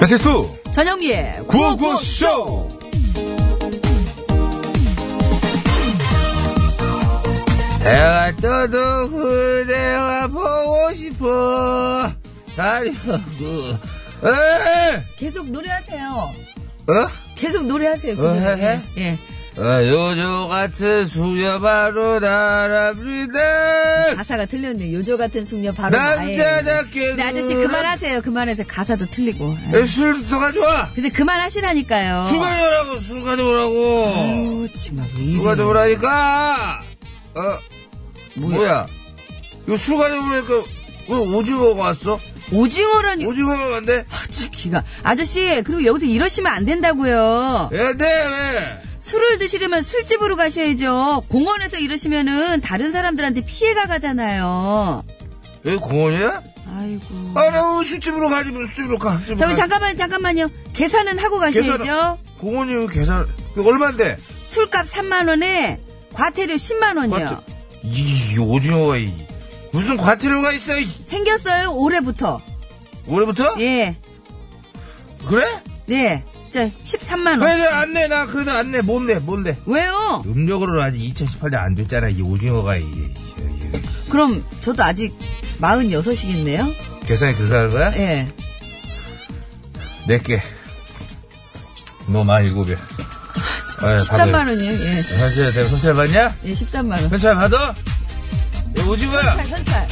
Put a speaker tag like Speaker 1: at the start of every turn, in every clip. Speaker 1: 배칠수
Speaker 2: 전영미의
Speaker 1: 구호구호쇼
Speaker 3: 내가 떠도 그대가 보고 싶어 다리하고 에
Speaker 2: 계속 노래하세요.
Speaker 3: 어?
Speaker 2: 계속 노래하세요.
Speaker 3: 어, 해, 해?
Speaker 2: 예.
Speaker 3: 어, 요조 같은 수여 바로 나랍니다
Speaker 2: 가사가 틀렸네. 요조 같은 숙녀 바로 나의.
Speaker 3: 남자답게
Speaker 2: 근데 아저씨 그만하세요. 그만해서 가사도 틀리고. 예.
Speaker 3: 술도가 좋아
Speaker 2: 근데 그만하시라니까요.
Speaker 3: 술 가져오라고 술 가져오라고
Speaker 2: 아유, 정말
Speaker 3: 술
Speaker 2: 왜 이래요.
Speaker 3: 가져오라니까 어 뭐야 이거 술 가져오라니까 왜 오징어가 왔어?
Speaker 2: 오징어라니.
Speaker 3: 오징어가 왔네
Speaker 2: 아주 기가. 아저씨, 그리고 여기서 이러시면 안 된다고요.
Speaker 3: 야, 네, 왜?
Speaker 2: 술을 드시려면 술집으로 가셔야죠. 공원에서 이러시면은 다른 사람들한테 피해가 가잖아요.
Speaker 3: 여기 공원이야?
Speaker 2: 아이고.
Speaker 3: 아, 나 술집으로 가지, 뭐, 술집으로 가. 술집으로
Speaker 2: 저기
Speaker 3: 가.
Speaker 2: 잠깐만 잠깐만요. 계산은 하고 가셔야죠.
Speaker 3: 계산은- 공원이 왜 계산, 이거 얼만데?
Speaker 2: 술값 3만 원에 과태료 10만 원이요.
Speaker 3: 과태- 이, 이 오징어가, 이, 무슨 과태료가 있어, 이.
Speaker 2: 생겼어요 올해부터.
Speaker 3: 올해부터?
Speaker 2: 예,
Speaker 3: 그래?
Speaker 2: 네, 저 13만 원.
Speaker 3: 그래도 안 내, 나, 그래도 안 내, 못 내, 못 내.
Speaker 2: 왜요?
Speaker 3: 음력으로는 아직 2018년 안 됐잖아, 이 오징어가, 이. 이- 이-
Speaker 2: 그럼 저도 아직 46이겠네요.
Speaker 3: 계산이 그렇게 하는 거야?
Speaker 2: 예.
Speaker 3: 내 게. 너 아, 많이
Speaker 2: 아,
Speaker 3: 일곱이야.
Speaker 2: 13만 원이요. 예.
Speaker 3: 현철, 내가 현철 봤냐?
Speaker 2: 예, 13만 원.
Speaker 3: 현철 받아? 야, 오징어야.
Speaker 2: 현찰, 현찰.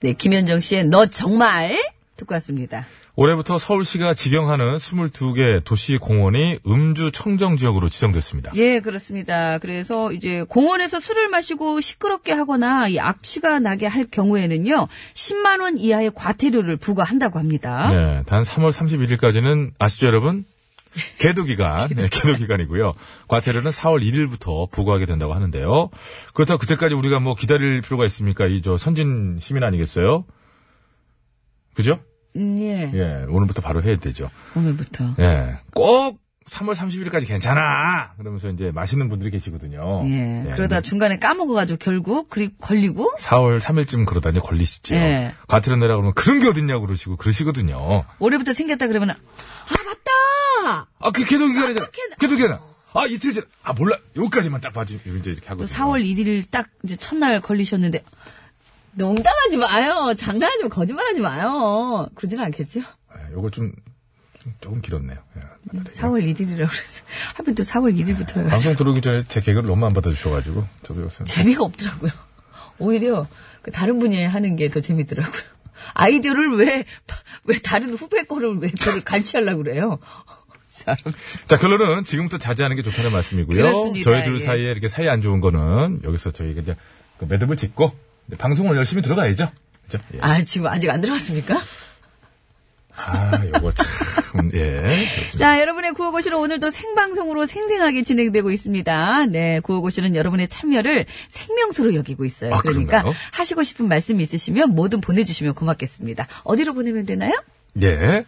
Speaker 2: 네, 김현정 씨의 너 정말 듣고 왔습니다.
Speaker 1: 올해부터 서울시가 지경하는 22개 도시 공원이 음주 청정 지역으로 지정됐습니다.
Speaker 2: 예, 그렇습니다. 그래서 이제 공원에서 술을 마시고 시끄럽게 하거나 이 악취가 나게 할 경우에는요, 10만 원 이하의 과태료를 부과한다고 합니다.
Speaker 1: 네, 단 3월 31일까지는 아시죠 여러분? 개도 기간, 네, 개도 기간이고요. 과태료는 4월 1일부터 부과하게 된다고 하는데요. 그렇다고 그때까지 우리가 뭐 기다릴 필요가 있습니까? 이 저 선진 시민 아니겠어요? 그죠?
Speaker 2: 음, 예,
Speaker 1: 예, 오늘부터 바로 해야 되죠.
Speaker 2: 오늘부터.
Speaker 1: 예, 꼭 3월 30일까지 괜찮아. 그러면서 이제 마시는 분들이 계시거든요.
Speaker 2: 예, 그러다
Speaker 1: 근데
Speaker 2: 중간에 까먹어가지고 결국 그리 걸리고
Speaker 1: 4월 3일쯤 그러다 이제 걸리시죠.
Speaker 2: 예.
Speaker 1: 과태료 내라 그러면 그런 게 어딨냐고 그러시고 그러시거든요.
Speaker 2: 올해부터 생겼다 그러면 아 맞다.
Speaker 1: 아, 그 개도 기간이잖아.
Speaker 2: 개도-
Speaker 1: 개도 기간. 아, 이틀 전. 아, 몰라. 여기까지만 딱 봐주. 이제 이렇게
Speaker 2: 또
Speaker 1: 하고.
Speaker 2: 4월 1일 딱 이제 첫날 걸리셨는데 농담하지 마요. 장난하지 마. 거짓말하지 마요. 그러진 않겠죠?
Speaker 1: 예, 요거 좀, 좀 조금 길었네요. 예, 맞아요.
Speaker 2: 4월 1일이라고 그래서 하필 또 4월 1일부터 해가지고
Speaker 1: 방송 들어오기 전에 제 개그를 너무 안 받아주셔가지고 저도 요새
Speaker 2: 재미가 없더라고요. 오히려 그 다른 분야에 하는 게 더 재밌더라고요. 아이디어를 왜, 왜 다른 후배 거를 왜 그걸 갈취하려고 그래요? 사람 참.
Speaker 1: 자, 결론은 지금부터 자제하는 게 좋다는 말씀이고요.
Speaker 2: 그렇습니다.
Speaker 1: 저희 둘
Speaker 2: 예.
Speaker 1: 사이에 이렇게 사이 안 좋은 거는 여기서 저희가 이제 그 매듭을 짓고 이제 방송을 열심히 들어가야죠. 그죠? 예.
Speaker 2: 아, 지금 아직 안 들어왔습니까?
Speaker 1: 아, 요거 참. 예. 그렇습니다.
Speaker 2: 자, 여러분의 구호고시는 오늘도 생방송으로 생생하게 진행되고 있습니다. 네, 구호고시는 여러분의 참여를 생명수로 여기고 있어요.
Speaker 1: 아,
Speaker 2: 그러니까
Speaker 1: 그런가요?
Speaker 2: 하시고 싶은 말씀 있으시면 뭐든 보내주시면 고맙겠습니다. 어디로 보내면 되나요?
Speaker 1: 예.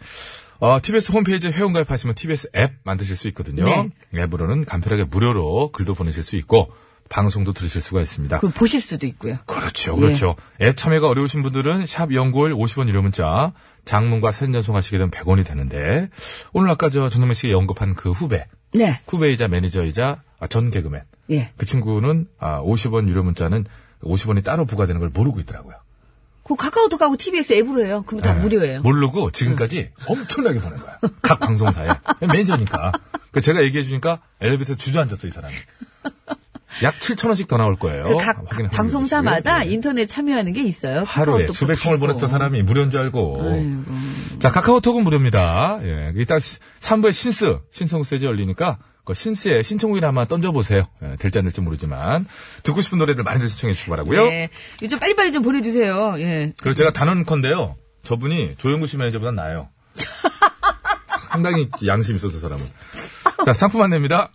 Speaker 1: 어, TBS 홈페이지에 회원가입하시면 TBS 앱 만드실 수 있거든요.
Speaker 2: 네.
Speaker 1: 앱으로는 간편하게 무료로 글도 보내실 수 있고 방송도 들으실 수가 있습니다.
Speaker 2: 그럼 보실 수도 있고요.
Speaker 1: 그렇죠, 그렇죠.
Speaker 2: 예.
Speaker 1: 앱 참여가 어려우신 분들은 샵 연구월 50원 유료 문자, 장문과 사진 전송하시게 되면 100원이 되는데 오늘 아까 저 전현민 씨가 언급한 그 후배,
Speaker 2: 네,
Speaker 1: 후배이자 매니저이자 아, 전 개그맨
Speaker 2: 예.
Speaker 1: 그 친구는 아, 50원 유료 문자는 50원이 따로 부과되는 걸 모르고 있더라고요.
Speaker 2: 그 카카오톡하고 TBS 앱으로 해요. 그러면 다
Speaker 1: 네.
Speaker 2: 아, 무료예요.
Speaker 1: 모르고 지금까지 엄청나게 보낸 거야. 각 방송사에. 매니저니까. 그 제가 얘기해 주니까 엘리베이터 주저앉았어, 이 사람이. 약 7천원씩 더 나올 거예요.
Speaker 2: 그 각
Speaker 1: 어? 확인해 보시고요.
Speaker 2: 방송사마다
Speaker 1: 예.
Speaker 2: 인터넷 참여하는 게 있어요. 그
Speaker 1: 하루에
Speaker 2: 카카오톡도
Speaker 1: 수백 통을
Speaker 2: 있고.
Speaker 1: 보냈던 사람이 무료인 줄 알고.
Speaker 2: 아이고.
Speaker 1: 자, 카카오톡은 무료입니다. 예. 일단 3부에 신스, 신청 세지 열리니까 그 신스에 신청곡이나 한번 던져보세요. 예, 될지 안 될지 모르지만. 듣고 싶은 노래들 많이들 신청해 주시기 바라고요
Speaker 2: 예. 요즘 빨리빨리 좀 보내주세요. 예.
Speaker 1: 그리고 제가 단언컨대요. 저분이 조영구 씨 매니저보다 나아요. 상당히 양심 있어서 사람은. 자, 상품 안내입니다.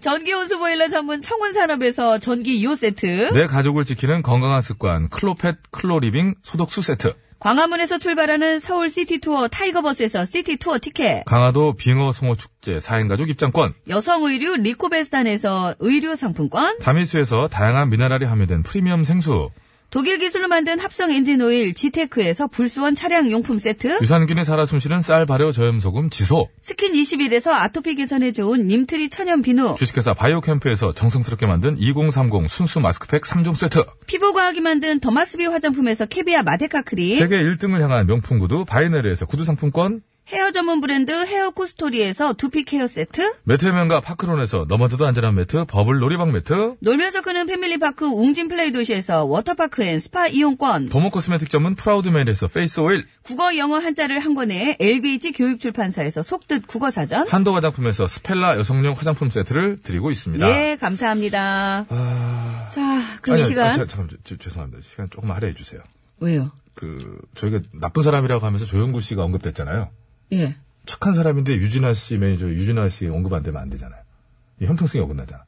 Speaker 2: 전기 온수 보일러 전문 청운산업에서
Speaker 1: 네.
Speaker 2: 전기 2호 세트.
Speaker 1: 내 가족을 지키는 건강한 습관 클로펫 클로리빙 소독수 세트.
Speaker 2: 광화문에서 출발하는 서울 시티 투어 타이거버스에서 시티 투어 티켓.
Speaker 4: 강화도 빙어 송어 축제 4인 가족 입장권.
Speaker 2: 여성 의류 리코베스탄에서 의류 상품권.
Speaker 4: 다미수에서 다양한 미네랄이 함유된 프리미엄 생수.
Speaker 2: 독일 기술로 만든 합성 엔진 오일 지테크에서 불수원 차량 용품 세트.
Speaker 4: 유산균이 살아 숨쉬는 쌀 발효 저염소금 지소.
Speaker 2: 스킨 21에서 아토피 개선에 좋은 님트리 천연 비누.
Speaker 4: 주식회사 바이오캠프에서 정성스럽게 만든 2030 순수 마스크팩 3종 세트.
Speaker 2: 피부과학이 만든 더마스비 화장품에서 캐비아 마데카 크림.
Speaker 4: 세계 1등을 향한 명품 구두 바이네르에서 구두 상품권.
Speaker 2: 헤어 전문 브랜드 헤어 코스토리에서 두피 케어 세트.
Speaker 4: 매트의 명가 파크론에서 넘어져도 안전한 매트 버블 놀이방 매트.
Speaker 2: 놀면서 크는 패밀리파크 웅진 플레이 도시에서 워터파크 앤 스파 이용권.
Speaker 4: 도모 코스메틱 점은 프라우드메리에서 페이스 오일.
Speaker 2: 국어 영어 한자를 한 권에 LBH 교육출판사에서 속뜻 국어사전.
Speaker 4: 한도 화장품에서 스펠라 여성용 화장품 세트를 드리고 있습니다. 아.
Speaker 2: 예, 감사합니다. 자, 그럼
Speaker 4: 아니요,
Speaker 2: 이 시간.
Speaker 4: 아, 자, 잠깐 저- 죄송합니다. 시간 조금 할애해 주세요.
Speaker 2: 왜요?
Speaker 4: 그 저희가 나쁜 사람이라고 하면서 조영구 씨가 언급됐잖아요.
Speaker 2: 예.
Speaker 4: 착한 사람인데 유진아 씨 매니저 유진아 씨 언급 안 되면 안 되잖아요. 이 형평성이 어긋나잖아.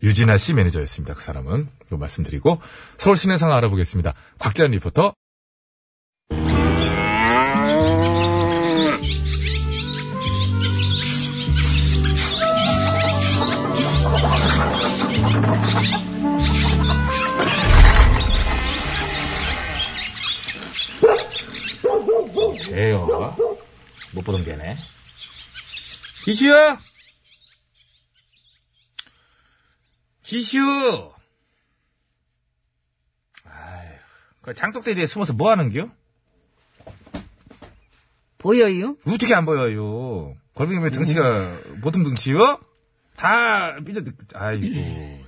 Speaker 4: 유진아 씨 매니저였습니다. 그 사람은 이 말씀드리고 서울 시내 상황 알아보겠습니다. 곽재현 리포터. 에요. 못 보던 개네. 기슈야! 기슈!
Speaker 1: 그 장독대 뒤에 숨어서 뭐 하는겨?
Speaker 2: 보여요?
Speaker 1: 어떻게 안 보여요? 걸빙이면 등치가 보통 등치요? 다 삐져 듣. 아이고.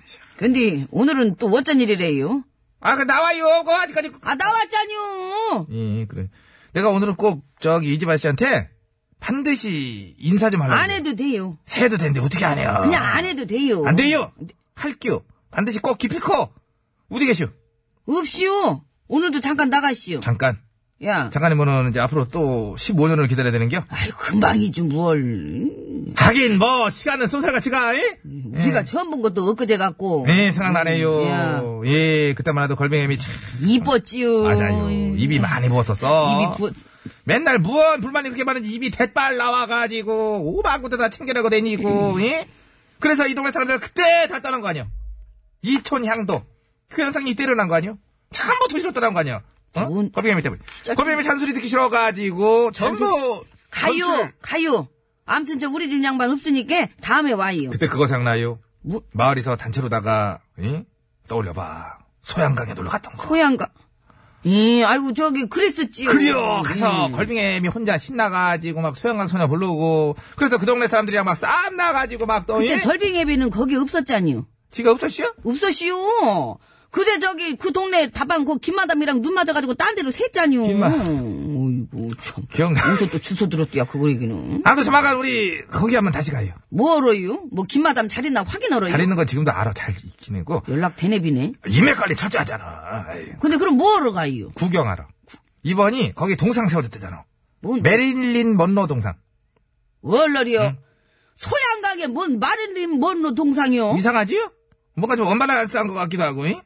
Speaker 1: 참.
Speaker 2: 근데 오늘은 또 어쩐 일이래요?
Speaker 1: 아, 그 나와요. 그 아직까지.
Speaker 2: 아, 나왔잖요!
Speaker 4: 음.
Speaker 1: 예, 그래. 내가 오늘은 꼭 저기 이지발 씨한테 반드시 인사 좀 하려고.
Speaker 2: 안 해도 돼요.
Speaker 1: 새도 되는데 어떻게 안 해요?
Speaker 2: 그냥 안 해도 어, 돼요.
Speaker 1: 안 돼요. 할게요. 반드시 꼭 기필코. 어디 계시오?
Speaker 2: 없시오. 오늘도 잠깐 나가시오.
Speaker 1: 잠깐.
Speaker 2: 야.
Speaker 1: 잠깐이면은 이제 앞으로 또 15년을 기다려야 되는겨?
Speaker 2: 아이, 금방이지, 뭘.
Speaker 1: 하긴 뭐 시간은 쏜살같이가
Speaker 2: 우리가 처음 본 것도 엊그제 같고.
Speaker 1: 예,
Speaker 2: 야.
Speaker 1: 생각나네요. 예, 그때만 해도 걸빙애미 참
Speaker 2: 이뻤지요.
Speaker 1: 맞아요. 입이 많이 부었었어.
Speaker 2: 어, 예. 입이 부었,
Speaker 1: 맨날 무언 불만이 그렇게 많은지 입이 대빨 나와가지고 오만 군데 다 챙겨내고 다니고 예? 그래서 이 동네 사람들 그때 다 떠난 거 아니야? 이촌 향도 그 현상이 이때 일어난 거 아니야? 참부 도시로 떠난 거 아니야? 어?
Speaker 2: 뭔-
Speaker 1: 걸빙애미 때문에 걸빙애미 잔소리 듣기 싫어가지고 전부
Speaker 2: 가요,
Speaker 1: 전출.
Speaker 2: 가요. 암튼 저 우리 집 양반 없으니까 다음에 와요.
Speaker 1: 그때 그거 생각나요?
Speaker 2: 뭐?
Speaker 1: 마을에서 단체로다가 예? 떠올려봐 소양강에 놀러 갔던 거
Speaker 2: 소양가. 예, 아이고 저기 그랬었지요.
Speaker 1: 그래요 가서
Speaker 2: 음.
Speaker 1: 걸빙애미 혼자 신나가지고 막 소양강 소녀 부르고 그래서 그 동네 사람들이랑 막 싸움 나가지고 막또
Speaker 2: 그때 절빙예비는 거기 없었잖요.
Speaker 1: 지가 없었시요?
Speaker 2: 없었시요. 그새 저기 그 동네 다방 그 김마담이랑 눈 맞아가지고 딴 데로 샜잖요.
Speaker 1: 김마담.
Speaker 2: 어이구 참.
Speaker 1: 기억나.
Speaker 2: 어디서 또 주소 들었대야 그거 얘기는.
Speaker 1: 아무튼 조만간 우리 거기 한번 다시 가요.
Speaker 2: 뭐하러요? 뭐 김마담 잘 있나 확인하러요?
Speaker 1: 잘 있는 건 지금도 알아. 잘 있긴 하고.
Speaker 2: 연락 되네비네.
Speaker 1: 인맥 관리 철저하잖아. 아이,
Speaker 2: 근데 그럼 뭐하러 가요?
Speaker 1: 구경하러. 이번이 거기 동상 세워졌대잖아.
Speaker 2: 뭔
Speaker 1: 메릴린 먼로 동상.
Speaker 2: 월러리요. 소양강에 뭔 마를린 먼로 동상이요.
Speaker 1: 이상하지요? 뭔가 좀 원만한 것 같기도 하고. 잉?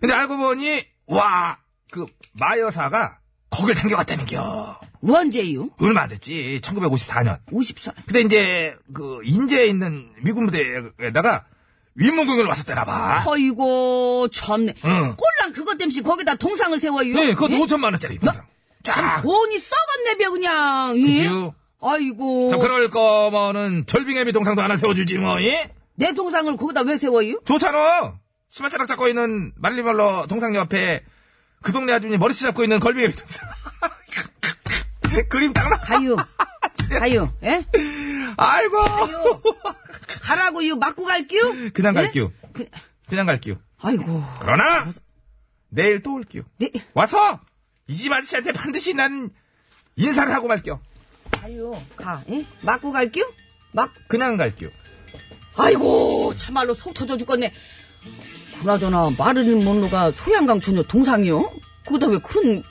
Speaker 1: 근데 알고 보니 와 그 마여사가 거길 당겨갔다는겨.
Speaker 2: 언제요?
Speaker 1: 얼마 안 됐지. 1954년.
Speaker 2: 54.
Speaker 1: 근데 이제 그 인제에 있는 미군 부대에다가 위문공연을 왔었대나 봐.
Speaker 2: 아이고 참네.
Speaker 1: 응.
Speaker 2: 꼴랑 그것 땜시 거기다 동상을 세워요.
Speaker 1: 네, 그것도
Speaker 2: 예?
Speaker 1: 5천만 원짜리 동상. 쫙.
Speaker 2: 참 돈이 썩었네 벼 그냥. 예?
Speaker 1: 그지요?
Speaker 2: 아이고
Speaker 1: 자, 그럴 거면은 절빙애비 동상도 하나 세워주지 뭐. 예?
Speaker 2: 내 동상을 거기다 왜 세워요?
Speaker 1: 좋잖아. 치마자락 잡고 있는 말리말로 동상 옆에 그 동네 아줌이 머리채 잡고 있는 걸빙애비 동상. 그림 딱 나.
Speaker 2: 가요. 가요. 예?
Speaker 1: 아이고.
Speaker 2: 가요. 가라고요. 맞고 갈게요.
Speaker 1: 그냥
Speaker 2: 예?
Speaker 1: 갈게요.
Speaker 2: 그-
Speaker 1: 그냥 갈게요.
Speaker 2: 아이고.
Speaker 1: 그러나 내일 또 올게요.
Speaker 2: 네.
Speaker 1: 와서 이 집 아저씨한테 반드시 난 인사를 하고 말게요.
Speaker 2: 가요. 가. 예? 맞고 갈게요. 막
Speaker 1: 그냥 갈게요.
Speaker 2: 아이고 참말로 속 터져 죽겠네 그나저나 마르린 먼로가 소양강 처녀 동상이요? 거기다 왜 그런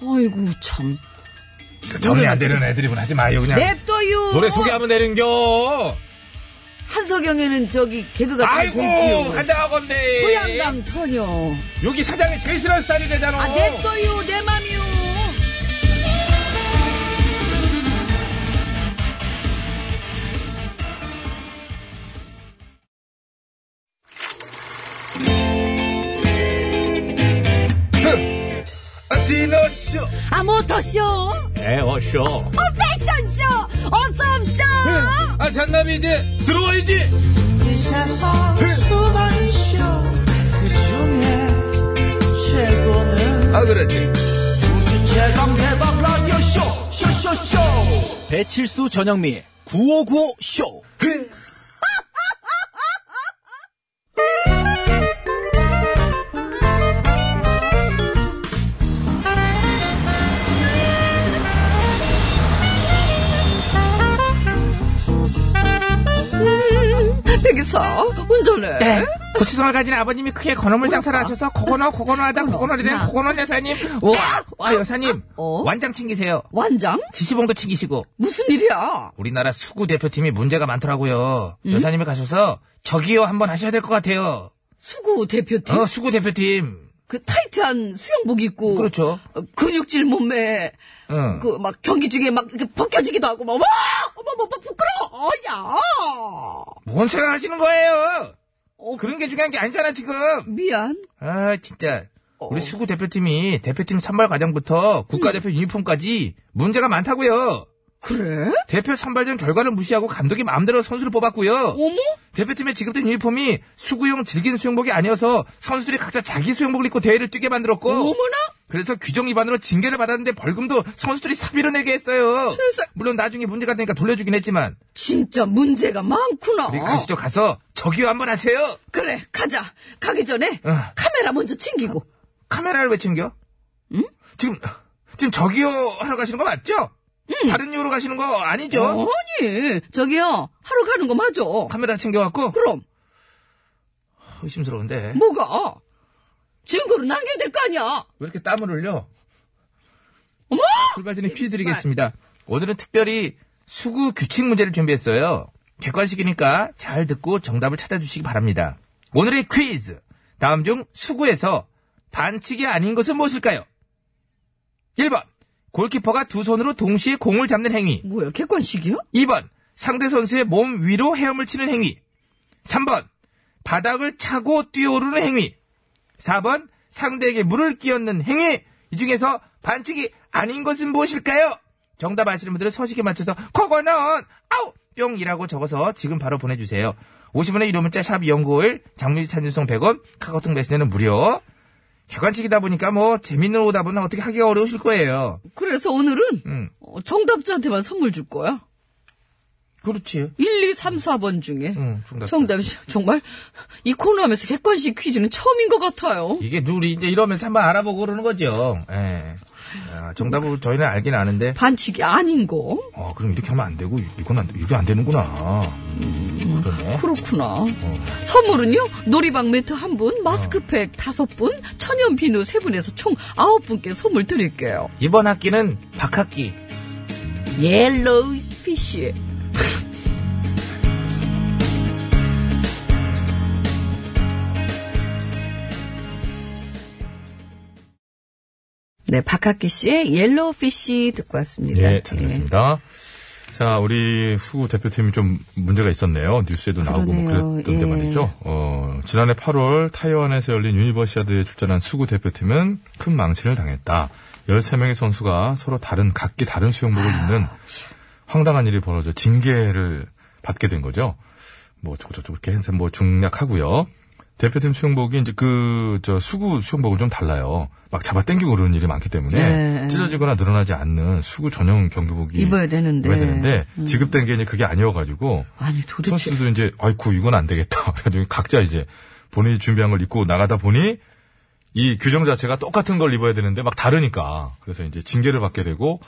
Speaker 2: 아이고 참
Speaker 1: 그 정리 안 되는 애드립은 하지 마요 그냥.
Speaker 2: 냅둬요
Speaker 4: 노래 소개하면 되는겨!
Speaker 2: 한석영에는 저기 개그가 잘
Speaker 1: 아이고,
Speaker 2: 보이고
Speaker 1: 한장하건데
Speaker 2: 고향강 터녀.
Speaker 1: 여기 사장이 제일 싫어하는 스타일이래잖아.
Speaker 2: 아, 내 거요, 내 맘이요.
Speaker 1: 아, 디너쇼.
Speaker 2: 아, 모터쇼,
Speaker 5: 네, 에어쇼.
Speaker 2: 어, 패션쇼, 어썸쇼.
Speaker 1: 아, 잔남이 이제 들어와야지.
Speaker 6: 이 세상 수많은 쇼그 중에 최고는
Speaker 1: 아, 그렇지.
Speaker 6: 우주 최강 대박 라디오 쇼 쇼쇼쇼 배칠수 전영미 9595 쇼.
Speaker 2: 백에서 운전해.
Speaker 1: 네. 고추성을 가진 아버님이 크게 건어물 장사를 하셔서 고건어 고건어하다
Speaker 2: 고건어,
Speaker 1: 고건어리 된
Speaker 2: 나.
Speaker 1: 고건어 여사님. 와, 와 여사님.
Speaker 2: 어?
Speaker 1: 완장 챙기세요.
Speaker 2: 완장?
Speaker 1: 지시봉도 챙기시고.
Speaker 2: 무슨 일이야?
Speaker 1: 우리나라 수구 대표팀이 문제가 많더라고요. 여사님이 가셔서 저기요 한번 하셔야 될 것 같아요.
Speaker 2: 수구 대표팀?
Speaker 1: 어, 수구 대표팀.
Speaker 2: 그 타이트한 수영복 입고.
Speaker 1: 그렇죠. 어.
Speaker 2: 어, 근육질 몸매.
Speaker 1: 응.
Speaker 2: 그 막 경기 중에 막 이렇게 벗겨지기도 하고 막 어머 어머 어머 부끄러워 어야
Speaker 1: 뭔 생각 하시는 거예요?
Speaker 2: 어,
Speaker 1: 그런 게 중요한 게 아니잖아, 지금.
Speaker 2: 미안
Speaker 1: 아, 진짜. 우리
Speaker 2: 어.
Speaker 1: 수구 대표팀이 대표팀 선발 과정부터 국가대표 유니폼까지 문제가 많다고요.
Speaker 2: 그래
Speaker 1: 대표 선발전 결과를 무시하고 감독이 마음대로 선수를 뽑았고요.
Speaker 2: 어머
Speaker 1: 대표팀의 지급된 유니폼이 수구용 질긴 수영복이 아니어서 선수들이 각자 자기 수영복을 입고 대회를 뛰게 만들었고
Speaker 2: 어머나
Speaker 1: 그래서 규정 위반으로 징계를 받았는데 벌금도 선수들이 사비로 내게 했어요.
Speaker 2: 세상에.
Speaker 1: 물론 나중에 문제가 되니까 돌려주긴 했지만
Speaker 2: 진짜 문제가 많구나
Speaker 1: 우리 네, 가시죠 가서 저기요 한번 하세요.
Speaker 2: 그래 가자 가기 전에
Speaker 1: 어.
Speaker 2: 카메라 먼저 챙기고
Speaker 1: 카메라를 왜 챙겨? 지금 지금 저기요 하러 가시는 거 맞죠? 다른 이유로 가시는 거 아니죠?
Speaker 2: 어? 아니 저기요 하러 가는 거 맞아
Speaker 1: 카메라 챙겨갖고
Speaker 2: 그럼
Speaker 1: 의심스러운데
Speaker 2: 뭐가 증거로 남겨야 될 거 아니야
Speaker 1: 왜 이렇게 땀을 흘려?
Speaker 2: 어머
Speaker 1: 출발 전에 퀴즈 드리겠습니다. 오늘은 특별히 수구 규칙 문제를 준비했어요. 객관식이니까 잘 듣고 정답을 찾아주시기 바랍니다. 오늘의 퀴즈. 다음 중 수구에서 반칙이 아닌 것은 무엇일까요? 1번. 골키퍼가 두 손으로 동시에 공을 잡는 행위.
Speaker 2: 뭐야 객관식이야
Speaker 1: 2번. 상대 선수의 몸 위로 헤엄을 치는 행위. 3번. 바닥을 차고 뛰어오르는 행위. 4번. 상대에게 물을 끼얹는 행위. 이 중에서 반칙이 아닌 것은 무엇일까요? 정답 아시는 분들은 서식에 맞춰서 그거는 아우 뿅이라고 적어서 지금 바로 보내주세요. 50원의 유료 문자 샵 연구일 장미 산준성 100원 카카오톡 메시지는 무료. 객관식이다 보니까 뭐 재밌는 오답은 어떻게 하기가 어려우실 거예요.
Speaker 2: 그래서 오늘은
Speaker 1: 음.
Speaker 2: 어, 정답자한테만 선물 줄 거야
Speaker 1: 그렇지.
Speaker 2: 1, 2, 3, 4번 중에
Speaker 1: 응, 정답자.
Speaker 2: 정답이 정말 이 코너 하면서 객관식 퀴즈는 처음인 것 같아요.
Speaker 1: 이게 룰이 이제 이러면서 한번 알아보고 그러는 거죠. 예. 아, 정답을 저희는 알긴 아는데,
Speaker 2: 반칙이 아닌 거.
Speaker 1: 어, 그럼 이렇게 하면 안 되고, 이건 안, 돼- 이게 안 되는구나. 음, 그러네.
Speaker 2: 그렇구나. 선물은요, 놀이방 매트 한 분, 마스크팩 다섯 분, 천연 비누 세 분에서 총 아홉 분께 선물 드릴게요.
Speaker 1: 이번 학기는 박학기.
Speaker 2: 옐로우 피쉬. 네, 박학기 씨의 옐로우 피쉬 듣고 왔습니다. 네.
Speaker 5: 예, 잘 들었습니다. 자, 우리 수구 대표팀이 좀 문제가 있었네요. 뉴스에도 나오고 뭐
Speaker 2: 그러네요.
Speaker 5: 그랬던데
Speaker 2: 예.
Speaker 5: 말이죠. 어, 지난해 8월 타이완에서 열린 유니버시아드에 출전한 수구 대표팀은 큰 망신을 당했다. 13명의 선수가 서로 다른, 각기 다른
Speaker 2: 아,
Speaker 5: 수영복을 입는
Speaker 2: 그렇죠.
Speaker 5: 황당한 일이 벌어져 징계를 받게 된 거죠. 뭐 어쩌고저쩌고 이렇게 해서 뭐 중략하고요. 대표팀 수영복이 이제 그, 저, 수구 수영복은 좀 달라요. 막 잡아당기고 그러는 일이 많기 때문에
Speaker 2: 네.
Speaker 5: 찢어지거나 늘어나지 않는 수구 전용
Speaker 1: 예.
Speaker 5: 경기복이
Speaker 2: 입어야 되는데. 음.
Speaker 5: 입어야 되는데 지급된 게 이제 그게 아니어가지고
Speaker 2: 아니 도대체
Speaker 5: 선수들도 이제 아이쿠 이건 안 되겠다. 그래가지고 각자 이제 본인이 준비한 걸 입고 나가다 보니 이 규정 자체가 똑같은 걸 입어야 되는데 막 다르니까 그래서 이제 징계를 받게 되고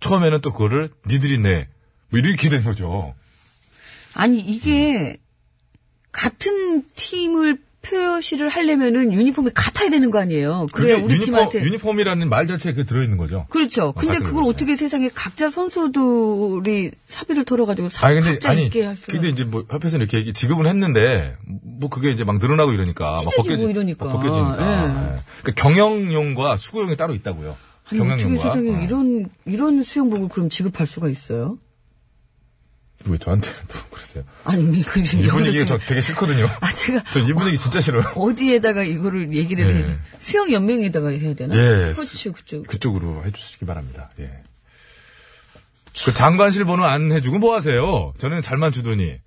Speaker 5: 처음에는 또 그거를 니들이 내. 뭐 이렇게 된 거죠.
Speaker 2: 아니 이게 같은 팀을 표시를 하려면은 유니폼이 같아야 되는 거 아니에요. 그래야
Speaker 1: 그게
Speaker 2: 우리
Speaker 1: 유니폼,
Speaker 2: 팀한테.
Speaker 1: 유니폼이라는 말 자체에 그 들어있는 거죠.
Speaker 2: 그렇죠. 근데
Speaker 1: 같은
Speaker 2: 그걸
Speaker 1: 거네.
Speaker 2: 어떻게 세상에 각자 선수들이 사비를 털어가지고 사,
Speaker 1: 아니 근데
Speaker 2: 각자
Speaker 1: 아니
Speaker 2: 있게 할 수가.
Speaker 1: 근데 이제 뭐 협회에서 이렇게 얘기- 지급은 했는데 뭐 그게 이제 막 늘어나고 이러니까 막
Speaker 2: 찢어지고
Speaker 1: 벗겨지-
Speaker 2: 이러니까.
Speaker 1: 막 벗겨지니까
Speaker 2: 예.
Speaker 1: 예. 그러니까 경영용과 수고용이 따로 있다고요.
Speaker 2: 아니, 어떻게 세상에
Speaker 1: 어.
Speaker 2: 이런, 이런 수영복을 그럼 지급할 수가 있어요?
Speaker 1: 왜 저한테 또 그러세요?
Speaker 2: 아니, 그,
Speaker 1: 이 분위기 저 되게 싫거든요.
Speaker 2: 아, 제가
Speaker 1: 저 이 분위기 진짜 싫어요.
Speaker 2: 어디에다가 이거를 얘기를
Speaker 1: 예.
Speaker 2: 해야 돼? 수영연맹에다가 해야 되나?
Speaker 1: 예.
Speaker 2: 스포츠 그쪽.
Speaker 1: 그쪽으로 해주시기 바랍니다. 예. 그 장관실 번호 안 해주고 뭐 하세요? 저는 잘만 주더니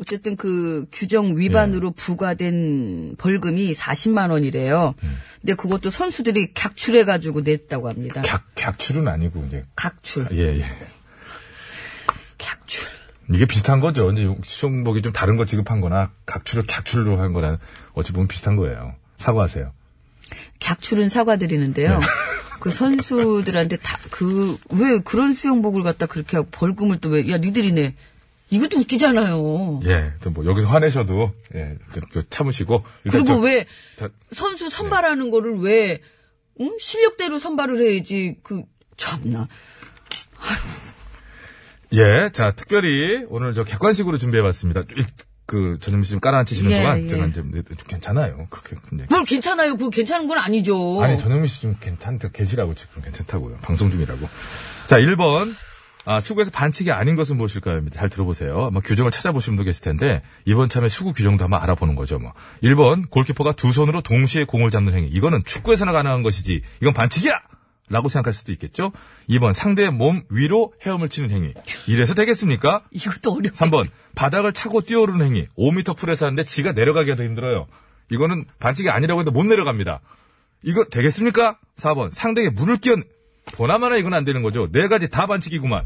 Speaker 2: 어쨌든 그 규정
Speaker 1: 예.
Speaker 2: 위반으로 부과된 벌금이 40만 원이래요.
Speaker 1: 음.
Speaker 2: 근데 그것도 선수들이 객출해가지고 냈다고 합니다.
Speaker 1: 객 객출은 아니고 이제
Speaker 2: 각출.
Speaker 1: 예예
Speaker 2: 객출.
Speaker 1: 이게 비슷한 거죠. 이제 수영복이 좀 다른 걸 지급한거나 각출을 객출로 한 거랑 어찌 보면 비슷한 거예요. 사과하세요.
Speaker 2: 객출은
Speaker 1: 네.
Speaker 2: 사과드리는데요. 그 선수들한테 다, 그, 왜 그런 수영복을 갖다 그렇게 하고 벌금을 또 왜, 야, 니들이 내. 이것도 웃기잖아요.
Speaker 1: 예, 또 뭐 여기서 화내셔도 예, 일단 그 참으시고 일단
Speaker 2: 그리고
Speaker 1: 저-
Speaker 2: 왜
Speaker 1: 다-
Speaker 2: 선수 선발하는
Speaker 1: 예.
Speaker 2: 거를 왜, 응? 실력대로 선발을 해야지. 그, 참나.
Speaker 1: 예, 자 특별히 오늘 저 객관식으로 준비해봤습니다. 쭉- 그 전현미 씨좀 깔아앉히시는
Speaker 2: 예,
Speaker 1: 동안
Speaker 2: 예.
Speaker 1: 제가 이제 좀 괜찮아요. 그게 이제
Speaker 2: 뭘 괜찮아요. 그거 괜찮은 건 아니죠.
Speaker 1: 아니, 전현미 씨 좀 괜찮다, 계시라고 지금 괜찮다고요. 방송 중이라고. 자, 1번. 아, 수구에서 반칙이 아닌 것은 무엇일까요? 잘 들어보세요. 아마 규정을 찾아보신 분도 계실 텐데, 이번 참에 수구 규정도 한번 알아보는 거죠, 뭐. 1번, 골키퍼가 두 손으로 동시에 공을 잡는 행위. 이거는 축구에서나 가능한 것이지. 이건 반칙이야! 라고 생각할 수도 있겠죠? 2번, 상대의 몸 위로 헤엄을 치는 행위. 이래서 되겠습니까?
Speaker 2: 이것도 어렵
Speaker 1: 3번 바닥을 차고 뛰어오르는 행위 5m 풀에서 하는데 지가 내려가기가 더 힘들어요 이거는 반칙이 아니라고 해도 못 내려갑니다 이거 되겠습니까? 4번 상대에게 물을 끼얹 보나마나 이건 안 되는 거죠 네 가지 다 반칙이구만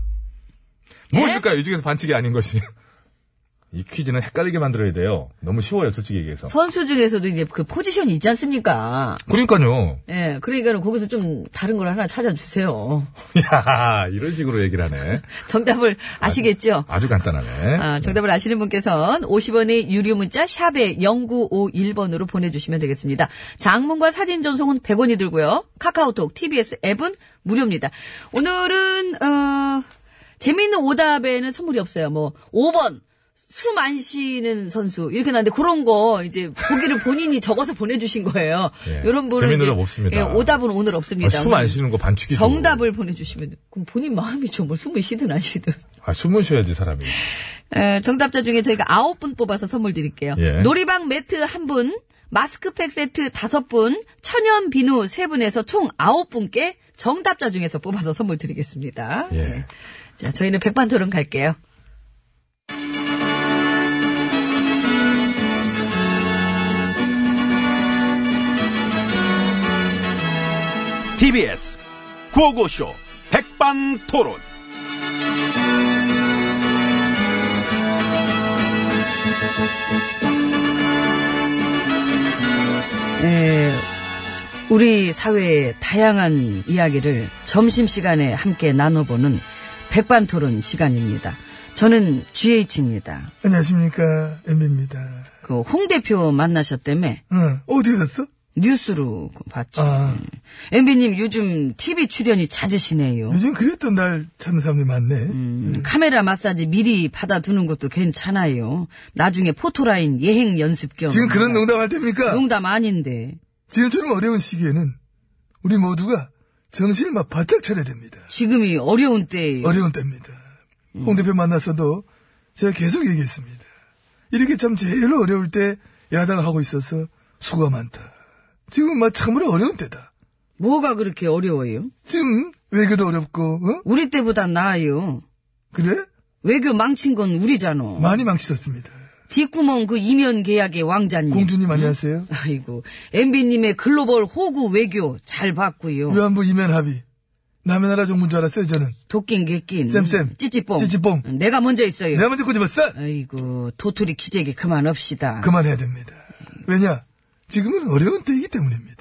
Speaker 2: 네?
Speaker 1: 무엇일까요? 이 중에서 반칙이 아닌 것이 이 퀴즈는 헷갈리게 만들어야 돼요 너무 쉬워요 솔직히 얘기해서
Speaker 2: 선수 중에서도 이제 그 포지션이 있지 않습니까?
Speaker 1: 그러니까요
Speaker 2: 예, 그러니까 거기서 좀 다른 걸 하나 찾아주세요.
Speaker 1: 야 이런 식으로 얘기를 하네
Speaker 2: 정답을 아시겠죠?
Speaker 1: 아주 간단하네
Speaker 2: 아, 정답을 아시는 분께서는 50원의 유료 문자 샵에 0951번으로 보내주시면 되겠습니다. 장문과 사진 전송은 100원이 들고요. 카카오톡, TBS 앱은 무료입니다. 오늘은 어, 재미있는 오답에는 선물이 없어요. 뭐 5번 숨 안 쉬는 선수 이렇게 나는데 그런 거 이제 보기를 본인이 적어서 보내주신 거예요.
Speaker 1: 예,
Speaker 2: 이런 분은
Speaker 1: 재미있는
Speaker 2: 이제,
Speaker 1: 오답 없습니다. 아,
Speaker 2: 예, 오답은 오늘 없습니다.
Speaker 1: 숨 안 쉬는 거 반칙이죠
Speaker 2: 정답을 보내주시면 돼요. 그럼 본인 마음이죠. 뭐 숨을 쉬든 안 쉬든.
Speaker 1: 아, 숨을 쉬어야지 사람이
Speaker 2: 에, 정답자 중에 저희가 아홉 분 뽑아서 선물 드릴게요.
Speaker 1: 예.
Speaker 2: 놀이방 매트 한 분, 마스크팩 세트 다섯 분, 천연 비누 세 분에서 총 아홉 분께 정답자 중에서 뽑아서 선물 드리겠습니다.
Speaker 1: 예.
Speaker 2: 예. 자, 저희는 백반 토론 갈게요.
Speaker 7: TBS 구호고쇼 백반토론.
Speaker 2: 에, 네. 우리 사회의 다양한 이야기를 점심시간에 함께 나눠보는 백반 토론 시간입니다. 저는 GH입니다.
Speaker 6: 안녕하십니까 엠비입니다.
Speaker 2: 그 홍 대표 만나셨다며
Speaker 6: 어 어디 갔어?
Speaker 2: 뉴스로 봤죠.
Speaker 6: 아
Speaker 2: MB님 요즘 TV 출연이 잦으시네요.
Speaker 6: 요즘 그래도날 찾는 사람이 많네.
Speaker 2: 음, 카메라 마사지 미리 받아두는 것도 괜찮아요. 나중에 포토라인 예행 연습 겸.
Speaker 6: 지금 그런 음. 농담할 때입니까?
Speaker 2: 농담 아닌데.
Speaker 6: 지금처럼 어려운 시기에는 우리 모두가 정신을 막 바짝 차려야 됩니다.
Speaker 2: 지금이 어려운 때예요.
Speaker 6: 음. 어려운 때입니다. 홍 대표 만나서도 제가 계속 얘기했습니다. 이렇게 참 제일 어려울 때 야당을 하고 있어서 수고가 많다. 지금 막 참으로 어려운 때다.
Speaker 2: 뭐가 그렇게 어려워요?
Speaker 6: 지금 외교도 어렵고 어?
Speaker 2: 우리 때보다 나아요.
Speaker 6: 그래?
Speaker 2: 외교 망친 건 우리잖아.
Speaker 6: 많이 망치셨습니다.
Speaker 2: 뒷구멍 그 이면 계약의 왕자님.
Speaker 6: 공주님 안녕하세요.
Speaker 2: 예. 아이고 MB님의 글로벌 호구 외교 잘 봤고요.
Speaker 6: 위안부 이면 합의. 남의 나라 정부인 줄 알았어요, 저는.
Speaker 2: 도낀 개낀.
Speaker 6: 쌤쌤.
Speaker 2: 찌찌뽕.
Speaker 6: 찌찌뽕.
Speaker 2: 내가 먼저 있어요.
Speaker 6: 내가 먼저 꼬집었어!
Speaker 2: 예. 아이고 도토리 기재기 그만합시다.
Speaker 6: 그만해야 됩니다. 왜냐? 지금은 어려운 때이기 때문입니다.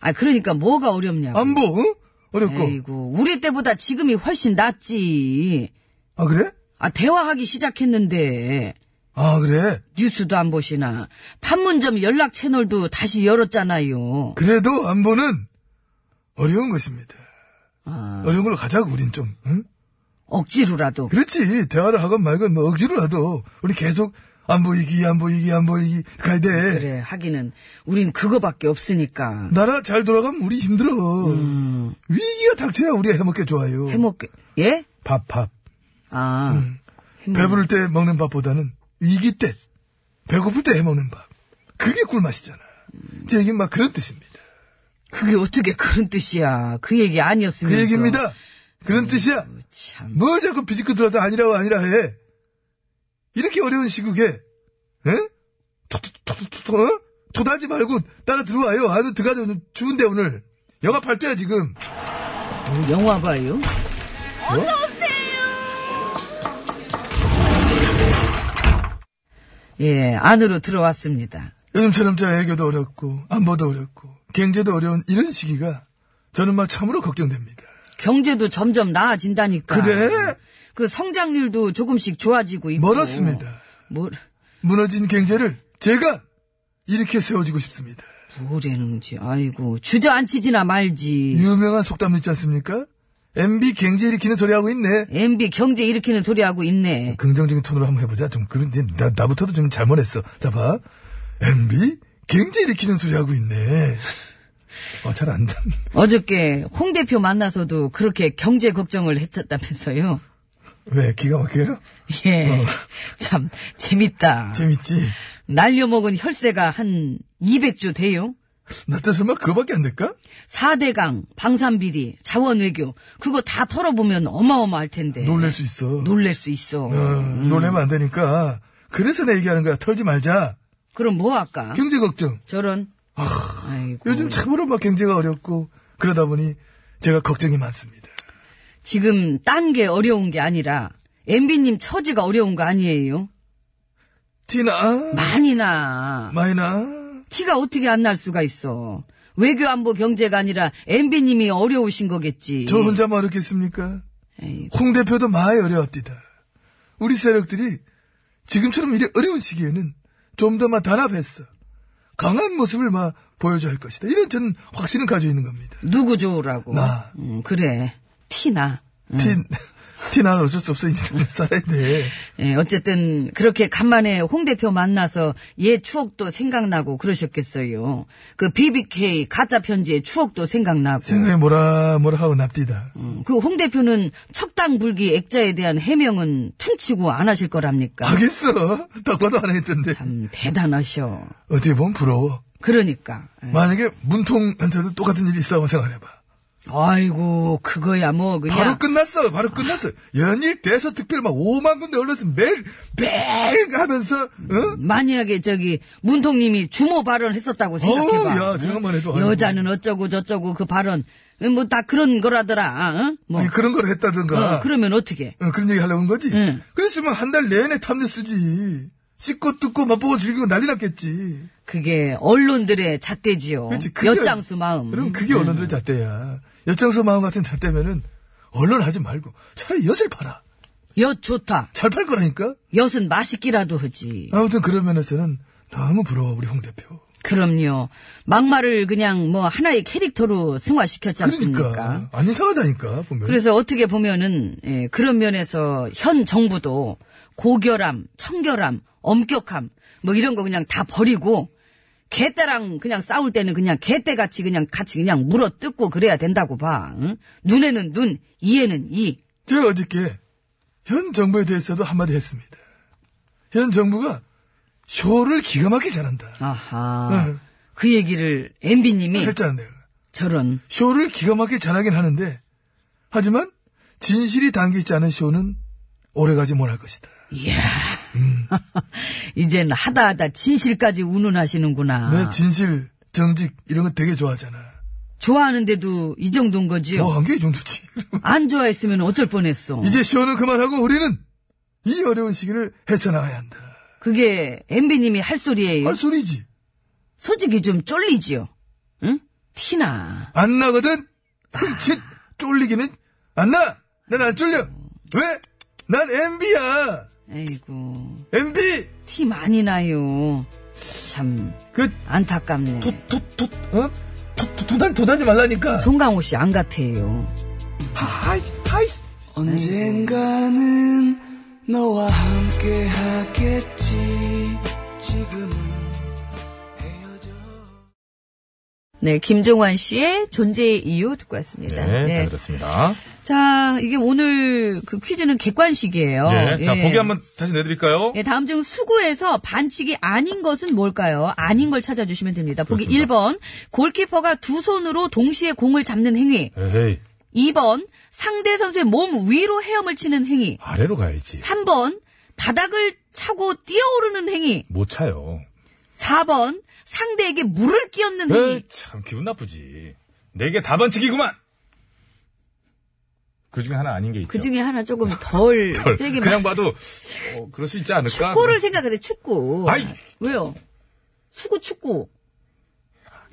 Speaker 2: 아 그러니까 뭐가 어렵냐고.
Speaker 6: 안보, 응? 어렵고.
Speaker 2: 아이고 우리 때보다 지금이 훨씬 낫지.
Speaker 6: 아, 그래?
Speaker 2: 아 대화하기 시작했는데
Speaker 6: 아, 아, 그래?
Speaker 2: 뉴스도 안 보시나. 판문점 연락 채널도 다시 열었잖아요.
Speaker 6: 그래도 안보는 어려운 것입니다.
Speaker 2: 아,
Speaker 6: 어려운 걸 가자고, 우린 좀. 응?
Speaker 2: 억지로라도.
Speaker 6: 그렇지. 대화를 하건 말건 뭐 억지로라도 우리 계속 안 보이기, 안 보이기, 안 보이기 가야 돼.
Speaker 2: 그래, 하기는 우린 그거밖에 없으니까.
Speaker 6: 나라 잘 돌아가면 우리 힘들어.
Speaker 2: 음,
Speaker 6: 위기가 닥쳐야 우리가 해먹게 좋아요.
Speaker 2: 해먹게, 예?
Speaker 6: 밥, 밥.
Speaker 2: 아,
Speaker 6: 음.
Speaker 2: 해먹-
Speaker 6: 배부를 때 먹는 밥보다는 위기 때, 배고플 때 해먹는 밥. 그게 꿀맛이잖아. 제 얘기는 막 그런 뜻입니다.
Speaker 2: 그게 어떻게 그런 뜻이야. 그 얘기 아니었으면.
Speaker 6: 그 얘기입니다. 그런 뜻이야.
Speaker 2: 참.
Speaker 6: 뭘 자꾸 비집고 들어서 아니라고 아니라 해. 이렇게 어려운 시국에, 응? 톡톡톡톡톡, 어? 도달지 말고 따라 들어와요. 아주 드가져 추운데 오늘. 영하 8도야 지금.
Speaker 2: 뭐 영화 봐요. 예, 안으로 들어왔습니다.
Speaker 6: 요즘처럼 저 애교도 어렵고 안보도 어렵고 경제도 어려운 이런 시기가 저는 막 참으로 걱정됩니다.
Speaker 2: 경제도 점점 나아진다니까.
Speaker 6: 그래?
Speaker 2: 그 성장률도 조금씩 좋아지고 있고.
Speaker 6: 멀었습니다.
Speaker 2: 뭘,
Speaker 6: 무너진 경제를 제가 이렇게 세워주고 싶습니다.
Speaker 2: 뭐라는지, 아이고. 주저앉히지나 말지.
Speaker 6: 유명한 속담 있지 않습니까? MB 경제 일으키는 소리 하고 있네.
Speaker 2: MB 경제 일으키는 소리하고 있네.
Speaker 6: 긍정적인 톤으로 한번 해보자. 좀 그런 이제 나 나부터도 좀 잘못했어. 자 봐, MB 경제 일으키는 소리 하고 있네. 어잘안 된.
Speaker 2: 어저께 홍 대표 만나서도 그렇게 경제 걱정을 했었다면서요.
Speaker 6: 왜 기가 막혀요? 어.
Speaker 2: 예. 참, 재밌다.
Speaker 6: 재밌지.
Speaker 2: 날려먹은 혈세가 한 200조 돼요?
Speaker 6: 나때 설마 그거밖에 안 될까?
Speaker 2: 4대강, 방산비리, 자원외교, 그거 다 털어보면 어마어마할 텐데.
Speaker 6: 놀랄 수 있어.
Speaker 2: 놀랄 수 있어.
Speaker 6: 어, 놀래면 안 되니까. 그래서 내 얘기하는 거야. 털지 말자.
Speaker 2: 그럼 뭐 할까?
Speaker 6: 경제 걱정.
Speaker 2: 저런. 아이고.
Speaker 6: 요즘 참으로 막 경제가 어렵고 그러다 보니 제가 걱정이 많습니다.
Speaker 2: 지금 딴 게 어려운 게 아니라, MB님 처지가 어려운 거 아니에요?
Speaker 6: 티나
Speaker 2: 많이 나.
Speaker 6: 마이나
Speaker 2: 티가 어떻게 안 날 수가 있어. 외교 안보 경제가 아니라 MB님이 어려우신 거겠지.
Speaker 6: 저 혼자만 어렵겠습니까?
Speaker 2: 에이,
Speaker 6: 홍 대표도 많이 어려웠디다. 우리 세력들이 지금처럼 이래 어려운 시기에는 좀 더 막 단합했어. 강한 모습을 막 보여줘야 할 것이다. 이런 저는 확신을 가지고 있는 겁니다.
Speaker 2: 누구 좋으라고.
Speaker 6: 나.
Speaker 2: 음, 그래. 티나.
Speaker 6: 티, 티나 어쩔 수 없어. 이제 살아야 돼.
Speaker 2: 예, 어쨌든 그렇게 간만에 홍 대표 만나서 옛 추억도 생각나고 그러셨겠어요. 그 BBK 가짜 편지의 추억도 생각나고.
Speaker 6: 생각에 뭐라 뭐라 하고 납디다.
Speaker 2: 그 홍 대표는 척당 불기 액자에 대한 해명은 퉁치고 안 하실 거랍니까?
Speaker 6: 아, 그- 하겠어. 딱 봐도 안 했던데.
Speaker 2: 참 대단하셔.
Speaker 6: 어떻게 보면 부러워.
Speaker 2: 그러니까. 예.
Speaker 6: 만약에 문통한테도 똑같은 일이 있었다고 생각해봐.
Speaker 2: 아이고 그거야 뭐 그냥.
Speaker 6: 바로 끝났어. 바로 끝났어. 연일 대서 특별 막 5만 군데 올라서 매일 매일 하면서 어?
Speaker 2: 만약에 저기 문통님이 주모 발언했었다고 생각해봐.
Speaker 6: 어우, 야, 생각만 해도 아이고.
Speaker 2: 여자는 어쩌고 저쩌고 그 발언 뭐 다 그런 거라더라. 어? 뭐
Speaker 6: 아니, 그런 걸 했다든가
Speaker 2: 어, 그러면 어떻게?
Speaker 6: 어, 그런 얘기 하려고 한 거지.
Speaker 2: 응.
Speaker 6: 그랬으면 한 달 내내 탐내쓰지. 씻고 뜯고 맛보고 즐기고 난리 났겠지.
Speaker 2: 그게 언론들의 잣대지요.
Speaker 6: 그렇지. 그게-
Speaker 2: 엿장수 마음.
Speaker 6: 그럼 그게 언론들의 잣대야. 엿장수 마음 같은 잣대면은 언론 하지 말고 차라리 엿을 팔아.
Speaker 2: 엿 좋다.
Speaker 6: 잘 팔 거라니까.
Speaker 2: 엿은 맛있기라도 하지.
Speaker 6: 아무튼 그런 면에서는 너무 부러워 우리 홍 대표.
Speaker 2: 그럼요. 막말을 그냥 뭐 하나의 캐릭터로 승화시켰지 않습니까?
Speaker 6: 그러니까 안 이상하다니까 보면.
Speaker 2: 그래서 어떻게 보면은 예, 그런 면에서 현 정부도 고결함, 청결함, 엄격함 뭐 이런 거 그냥 다 버리고 개떼랑 그냥 싸울 때는 그냥 개떼 같이 그냥 같이 그냥 물어뜯고 그래야 된다고 봐. 응? 눈에는 눈, 이에는 이.
Speaker 6: 제가 어저께 현 정부에 대해서도 한마디 했습니다. 현 정부가 쇼를 기가 막히게 잘한다.
Speaker 2: 아하.
Speaker 6: 응.
Speaker 2: 그 얘기를 MB님이
Speaker 6: 했잖아 내가.
Speaker 2: 저런
Speaker 6: 쇼를 기가 막히게 잘하긴 하는데 하지만 진실이 담겨있지 않은 쇼는 오래가지 못할 것이다.
Speaker 2: 이야. 이젠 하다 하다 진실까지 운운하시는구나.
Speaker 6: 내 진실, 정직 이런 거 되게 좋아하잖아.
Speaker 2: 좋아하는데도 이 정도인 거지요.
Speaker 6: 뭐한 게 이 정도지.
Speaker 2: 안 좋아했으면 어쩔 뻔했어.
Speaker 6: 이제 쇼는 그만하고 우리는 이 어려운 시기를 헤쳐나가야 한다.
Speaker 2: 그게 엠비님이 할 소리예요.
Speaker 6: 할 소리지.
Speaker 2: 솔직히 좀 쫄리지요. 응? 티나.
Speaker 6: 안 나거든? 흠칫 쫄리기는 안 나! 난 안 쫄려! 왜? 난 MB야!
Speaker 2: 아이고.
Speaker 6: MB!
Speaker 2: 티 많이 나요. 참
Speaker 6: 그,
Speaker 2: 안타깝네.
Speaker 6: 도, 도, 도, 어? 도, 도, 도단, 도단지 말라니까.
Speaker 2: 송강호 씨 안 같아요.
Speaker 6: 아이, 아이.
Speaker 8: 언젠가는 너와 함께 하겠지 지금은 헤어져
Speaker 2: 네, 김종환 씨의 존재의 이유 듣고 왔습니다.
Speaker 1: 네,
Speaker 2: 네.
Speaker 1: 잘 들었습니다.
Speaker 2: 자, 이게 오늘 그 퀴즈는 객관식이에요.
Speaker 1: 예, 자,
Speaker 2: 예.
Speaker 1: 보기 한번 다시 내드릴까요?
Speaker 2: 예, 다음 중 수구에서 반칙이 아닌 것은 뭘까요? 아닌 걸 찾아주시면 됩니다. 보기
Speaker 1: 그렇습니다.
Speaker 2: 1번, 골키퍼가 두 손으로 동시에 공을 잡는 행위.
Speaker 1: 에이,
Speaker 2: 2번, 상대 선수의 몸 위로 헤엄을 치는 행위.
Speaker 1: 아래로 가야지.
Speaker 2: 3번, 바닥을 차고 뛰어오르는 행위.
Speaker 1: 못 차요.
Speaker 2: 4번, 상대에게 물을 끼얹는 행위.
Speaker 1: 에이, 참, 기분 나쁘지. 내게 다반칙이구만! 그 중에 하나 아닌 게 있죠.
Speaker 2: 그 중에 하나 조금 덜,
Speaker 1: 덜.
Speaker 2: 세게
Speaker 1: 그냥
Speaker 2: 말-
Speaker 1: 봐도, 어, 그럴 수 있지 않을까?
Speaker 2: 축구를 생각하세요, 축구.
Speaker 1: 아이.
Speaker 2: 왜요? 수구 축구.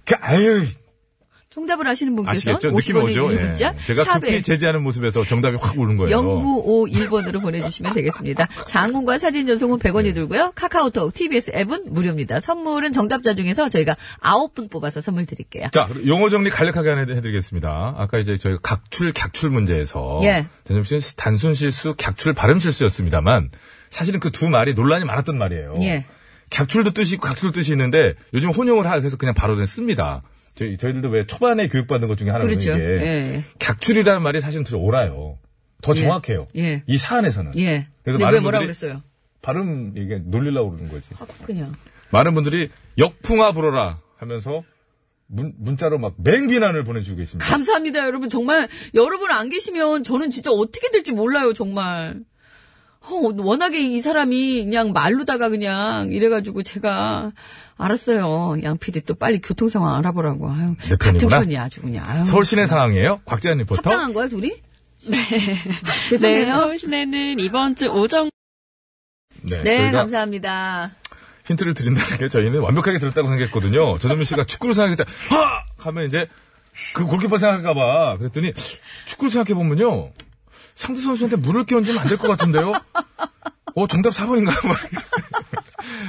Speaker 1: 그, 아유,
Speaker 2: 정답을 아시는 분께서는
Speaker 1: 아시겠죠? 느낌
Speaker 2: 50원의
Speaker 1: 오죠?
Speaker 2: 유료
Speaker 1: 예.
Speaker 2: 문자
Speaker 1: 제가
Speaker 2: 샵에
Speaker 1: 급히 제지하는 모습에서 정답이 확 오는 거예요.
Speaker 2: 0951번으로 보내주시면 되겠습니다. 장문과 사진 전송은 100원이 들고요. 카카오톡, TBS 앱은 무료입니다. 선물은 정답자 중에서 저희가 9분 뽑아서 선물 드릴게요.
Speaker 1: 자, 그리고 용어 정리 간략하게 하나 해드리겠습니다. 아까 이제 저희가 각출, 객출 문제에서.
Speaker 2: 예.
Speaker 1: 전씨 단순 실수, 객출, 발음 실수였습니다만, 사실은 그 두 말이 논란이 많았던 말이에요.
Speaker 2: 예.
Speaker 1: 객출도 뜻이 있고 각출도 뜻이 있는데, 요즘 혼용을 하, 해서 그냥 바로 그냥 씁니다. 저희, 저희들도 왜 초반에 교육받는 것 중에 하나는
Speaker 2: 그렇죠.
Speaker 1: 이게.
Speaker 2: 예.
Speaker 1: 객출이라는 말이 사실은 더 옳아요. 더
Speaker 2: 예.
Speaker 1: 정확해요.
Speaker 2: 예.
Speaker 1: 이 사안에서는.
Speaker 2: 예.
Speaker 1: 그래서
Speaker 2: 근데 왜
Speaker 1: 많은
Speaker 2: 뭐라
Speaker 1: 분들이-
Speaker 2: 그랬어요?
Speaker 1: 발음, 이게 놀리려고 그러는 거지.
Speaker 2: 아, 그냥.
Speaker 1: 많은 분들이 역풍아 불어라 하면서 문, 문자로 막 맹비난을 보내주고 계십니다.
Speaker 2: 감사합니다, 여러분. 정말, 여러분 안 계시면 저는 진짜 어떻게 될지 몰라요, 정말. 어, 워낙에 이 사람이 그냥 말로다가 그냥 이래가지고 제가 알았어요. 양 PD 또 빨리 교통 상황 알아보라고. 아유, 같은
Speaker 1: 편이구나.
Speaker 2: 편이 아주 그냥. 아유.
Speaker 1: 서울 시내 상황이에요. 곽재현 리포터.
Speaker 2: 합당한 거야, 둘이? 네. 죄송해요.
Speaker 9: 서울 시내는 이번 주 오전
Speaker 1: 네,
Speaker 2: 네,
Speaker 1: 저희가
Speaker 2: 감사합니다.
Speaker 1: 힌트를 드린다는 게 저희는 완벽하게 들었다고 생각했거든요. 전현민 씨가 축구를 생각했다. 하! 하면 이제 그 골키퍼 생각할까봐 그랬더니 축구를 생각해보면요. 상대 선수한테 물을 끼얹으면 안 될 것 같은데요? 어, 정답 4번인가?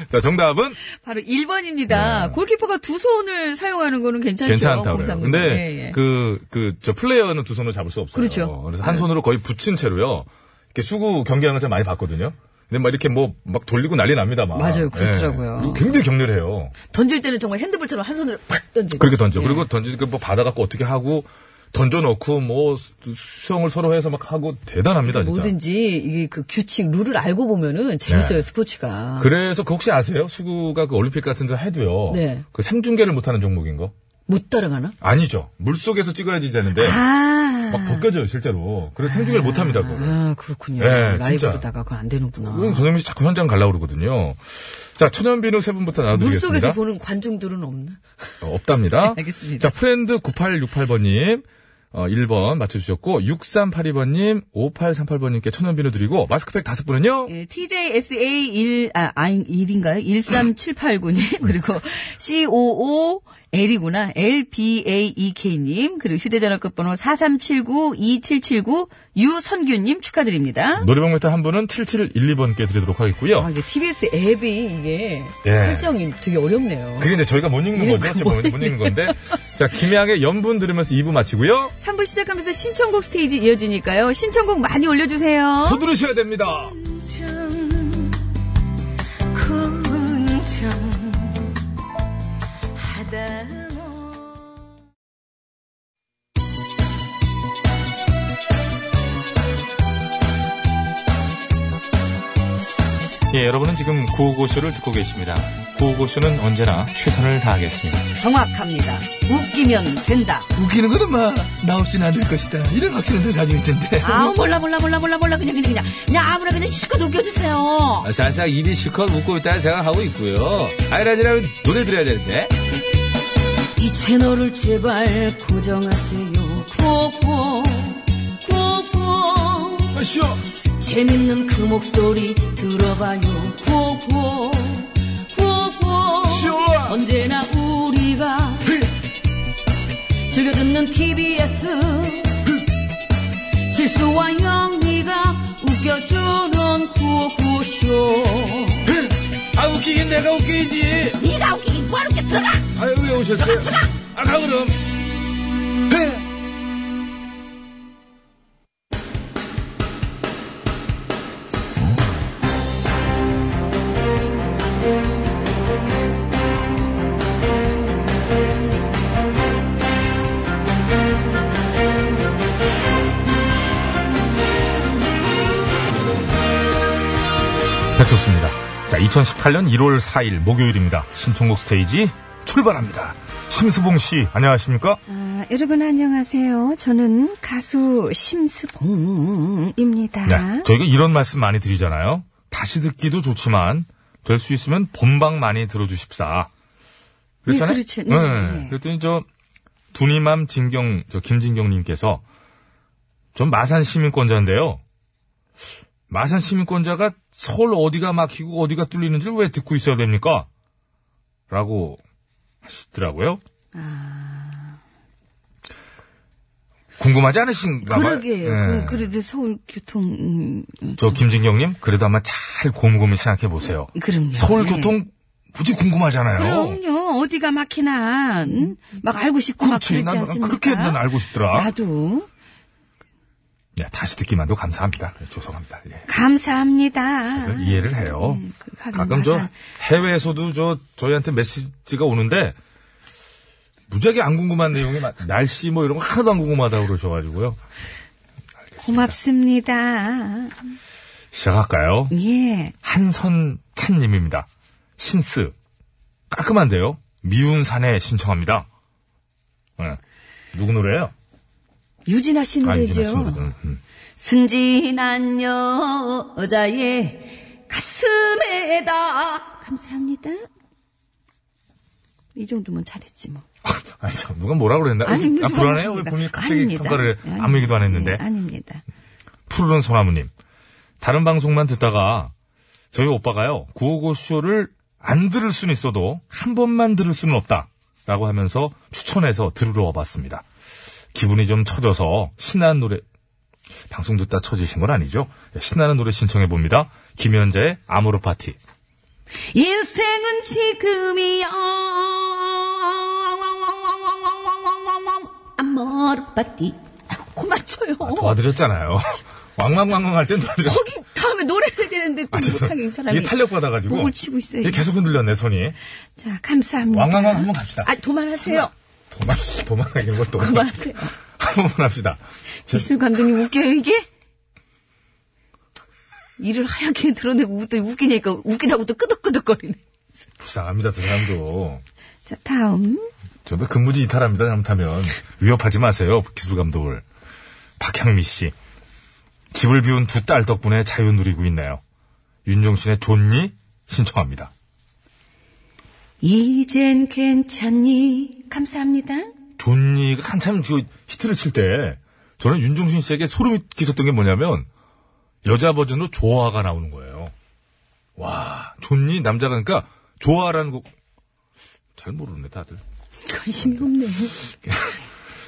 Speaker 1: 자, 정답은
Speaker 2: 바로 1번입니다. 골키퍼가 두 손을 사용하는 거는 괜찮죠.
Speaker 1: 네. 괜찮다고
Speaker 2: 공
Speaker 1: 그래요.
Speaker 2: 잡는
Speaker 1: 근데
Speaker 2: 거. 예, 예.
Speaker 1: 그, 그, 저 플레이어는 두 손으로 잡을 수 없어요.
Speaker 2: 그렇죠.
Speaker 1: 래서한 손으로 거의 붙인 채로요. 이렇게 수구 경기하는 걸 제가 많이 봤거든요. 근데 막 이렇게 뭐 막 돌리고 난리 납니다. 막.
Speaker 2: 맞아요. 그렇더라고요.
Speaker 1: 그리고 굉장히 격렬해요.
Speaker 2: 던질 때는 정말 핸드볼처럼 한 손으로 팍 던지고.
Speaker 1: 그렇게 던져.
Speaker 2: 예.
Speaker 1: 그리고 던지니까 뭐 받아갖고 어떻게 하고 던져놓고 뭐 수- 수영을 서로 해서 막 하고 대단합니다. 진짜.
Speaker 2: 뭐든지 이게 그 규칙 룰을 알고 보면은 재밌어요 스포츠가.
Speaker 1: 네. 그래서 그 혹시 아세요? 수구가 그 올림픽 같은 데 해도요.
Speaker 2: 네.
Speaker 1: 그 생중계를 못하는 종목인 거?
Speaker 2: 못 따라가나?
Speaker 1: 아니죠. 물 속에서 찍어야지 되는데
Speaker 2: 아.
Speaker 1: 네. 막 벗겨져요 실제로. 그래서 생중계를 못합니다. 그거를.
Speaker 2: 아 그렇군요.
Speaker 1: 예, 진짜.
Speaker 2: 라이브로다가 그건 안 되는구나.
Speaker 1: 왜 전현민 씨 자꾸 현장 가려고 그러거든요. 자, 천연비누 세 분부터
Speaker 2: 물
Speaker 1: 나눠드리겠습니다.
Speaker 2: 속에서 보는 관중들은 없나?
Speaker 1: 어, 없답니다.
Speaker 2: 네, 알겠습니다.
Speaker 1: 자, 프렌드 9868번님, 어, 1번 맞춰주셨고, 6382번님, 5838번님께 천연비누 드리고, 마스크팩 다섯 분은요?
Speaker 2: 예, TJSA 1, 아, 아, 1인가요?
Speaker 1: 네.
Speaker 2: 13789님, 그리고 COOL이구나. LBAEK님, E 그리고 휴대전화 끝번호 4379-2779, 유선규님 축하드립니다.
Speaker 1: 노래방 메타 한 분은 7712번께 드리도록
Speaker 2: 아,
Speaker 1: 하겠고요.
Speaker 2: 이게 TBS 앱이 이게
Speaker 1: 예.
Speaker 2: 설정이 되게 어렵네요.
Speaker 1: 그게 이제 저희가 못 읽는 거죠. 지금 못 읽는 건데. 자, 김양의 연분 들으면서 2부 마치고요.
Speaker 2: 3부 시작하면서 신청곡 스테이지 이어지니까요. 신청곡 많이 올려주세요.
Speaker 1: 서두르셔야 됩니다. 예, 여러분은 지금 구호고쇼를 듣고 계십니다. 구호고쇼는 언제나 최선을 다하겠습니다.
Speaker 2: 정확합니다. 웃기면 된다.
Speaker 6: 웃기는 거는 마, 나 없이는 안 될 것이다. 이런 확신을 늘 가지고 있던데.
Speaker 2: 아우 몰라 몰라 몰라 몰라 몰라 그냥 그냥 그냥 그냥 아무나 그냥 실컷 웃겨주세요.
Speaker 10: 사실상 아, 입이 실컷 웃고 있다는 생각하고 있고요. 아이라지라면 노래 들어야 되는데.
Speaker 2: 이 채널을 제발 고정하세요. 구호구호 구호구호
Speaker 1: 아,
Speaker 2: 재밌는 그 목소리 들어봐요. 구호구호 구호구호 언제나 우리가 즐겨 듣는 TBS 실수와 영리가 웃겨주는 구호구쇼.
Speaker 11: 아, 웃기긴 내가 웃기지.
Speaker 12: 네가 웃기긴 뭐하러 웃겨 들어가
Speaker 13: 아유, 왜 오셨어요?
Speaker 11: 아, 가, 그럼.
Speaker 1: 배쳤습니다. 자, 2018년 1월 4일 목요일입니다. 신청곡 스테이지 출발합니다. 심수봉 씨, 안녕하십니까?
Speaker 2: 아, 여러분 안녕하세요. 저는 가수 심스봉입니다.
Speaker 1: 네. 저희가 이런 말씀 많이 드리잖아요. 다시 듣기도 좋지만, 될 수 있으면 본방 많이 들어주십사. 그랬잖아요?
Speaker 2: 네, 그렇죠. 네,
Speaker 1: 네.
Speaker 2: 네.
Speaker 1: 그랬더니 저, 두니맘 진경, 저 김진경님께서, 전 마산 시민권자인데요. 마산 시민권자가 서울 어디가 막히고 어디가 뚫리는지를 왜 듣고 있어야 됩니까? 라고 하시더라고요. 궁금하지 않으신가 봐요.
Speaker 2: 그러게요.
Speaker 1: 예.
Speaker 2: 그, 그래도 서울 교통 음, 음,
Speaker 1: 저 김진경님 그래도 한번 잘 곰곰이 생각해 보세요.
Speaker 2: 그럼요.
Speaker 1: 서울
Speaker 2: 네.
Speaker 1: 교통 굳이 궁금하잖아요.
Speaker 2: 그럼요. 어디가 막히나 응? 막 알고 싶고 막
Speaker 1: 그렇지.
Speaker 2: 그랬지
Speaker 1: 난
Speaker 2: 않습니까?
Speaker 1: 그렇게 난 알고 싶더라.
Speaker 2: 나도
Speaker 1: 네, 다시 듣기만도 감사합니다. 네, 죄송합니다. 예.
Speaker 2: 감사합니다.
Speaker 1: 그래서 이해를 해요.
Speaker 2: 네, 그 가긴
Speaker 1: 가끔 아, 저
Speaker 2: 마산.
Speaker 1: 해외에서도 저 저희한테 메시지가 오는데 무지하게 안 궁금한 내용이 많- 날씨 뭐 이런 거 하나도 안 궁금하다고 그러셔가지고요.
Speaker 2: 고맙습니다.
Speaker 1: 시작할까요?
Speaker 2: 예.
Speaker 1: 한선찬님입니다. 신스 깔끔한데요. 미운 산에 신청합니다. 예. 누구 노래예요?
Speaker 2: 유진아 씨는 되죠.
Speaker 1: 씨거든. 음.
Speaker 2: 순진한 여자의 가슴에다 감사합니다. 이 정도면 잘했지 뭐.
Speaker 1: 아니 참 누가 뭐라 그랬나? 아,
Speaker 2: 아닙니다.
Speaker 1: 불안해요. 왜
Speaker 2: 아닙니다.
Speaker 1: 본인이 갑자기
Speaker 2: 아닙니다.
Speaker 1: 평가를
Speaker 2: 네,
Speaker 1: 아무 얘기도 안
Speaker 2: 네,
Speaker 1: 했는데.
Speaker 2: 아닙니다.
Speaker 1: 푸르른 소나무님. 다른 방송만 듣다가 저희 오빠가요. 955 쇼를 안 들을 수는 있어도 한 번만 들을 수는 없다. 라고 하면서 추천해서 들으러 와봤습니다. 기분이 좀 처져서 신나는 노래 방송 듣다 처지신 건 아니죠? 예, 신나는 노래 신청해 봅니다. 김현재의 아모르 파티.
Speaker 2: 인생은 지금이야. 아머르빠띠. 그만 쳐요.
Speaker 1: 도와드렸잖아요. 왕왕왕왕 할 땐 도와드렸.
Speaker 2: 거기 다음에 노래를 되는데 또 어? 못하게 이 사람이
Speaker 1: 아, 이게 탄력 받아가지고
Speaker 2: 목을 치고 있어요.
Speaker 1: 이게 계속 흔들렸네 손이.
Speaker 2: 자 감사합니다.
Speaker 1: 왕왕왕 한번 갑시다.
Speaker 2: 아 도만하세요.
Speaker 1: 도망 도망가는 걸 또.
Speaker 2: 도만하세요.
Speaker 1: 한 번만 합시다.
Speaker 2: 기술 감독님 웃겨요 이게? 이를 하얗게 드러내고 웃더 웃기니까 웃기다고 또 끄덕끄덕거리네.
Speaker 1: 불쌍합니다, 저 사람도.
Speaker 2: 자 다음
Speaker 1: 저도 그 근무지 이탈합니다, 잘못하면. 위협하지 마세요, 기술 감독을. 박향미 씨. 집을 비운 두 딸 덕분에 자유 누리고 있네요. 윤종신의 존니 신청합니다.
Speaker 2: 이젠 괜찮니? 감사합니다.
Speaker 1: 존니가 한참 그 히트를 칠 때, 저는 윤종신 씨에게 소름이 끼쳤던 게 뭐냐면, 여자 버전으로 조아가 나오는 거예요. 와, 존니 남자가, 그러니까, 조아라는 곡, 잘 모르네, 다들.
Speaker 2: 관심이 없네요.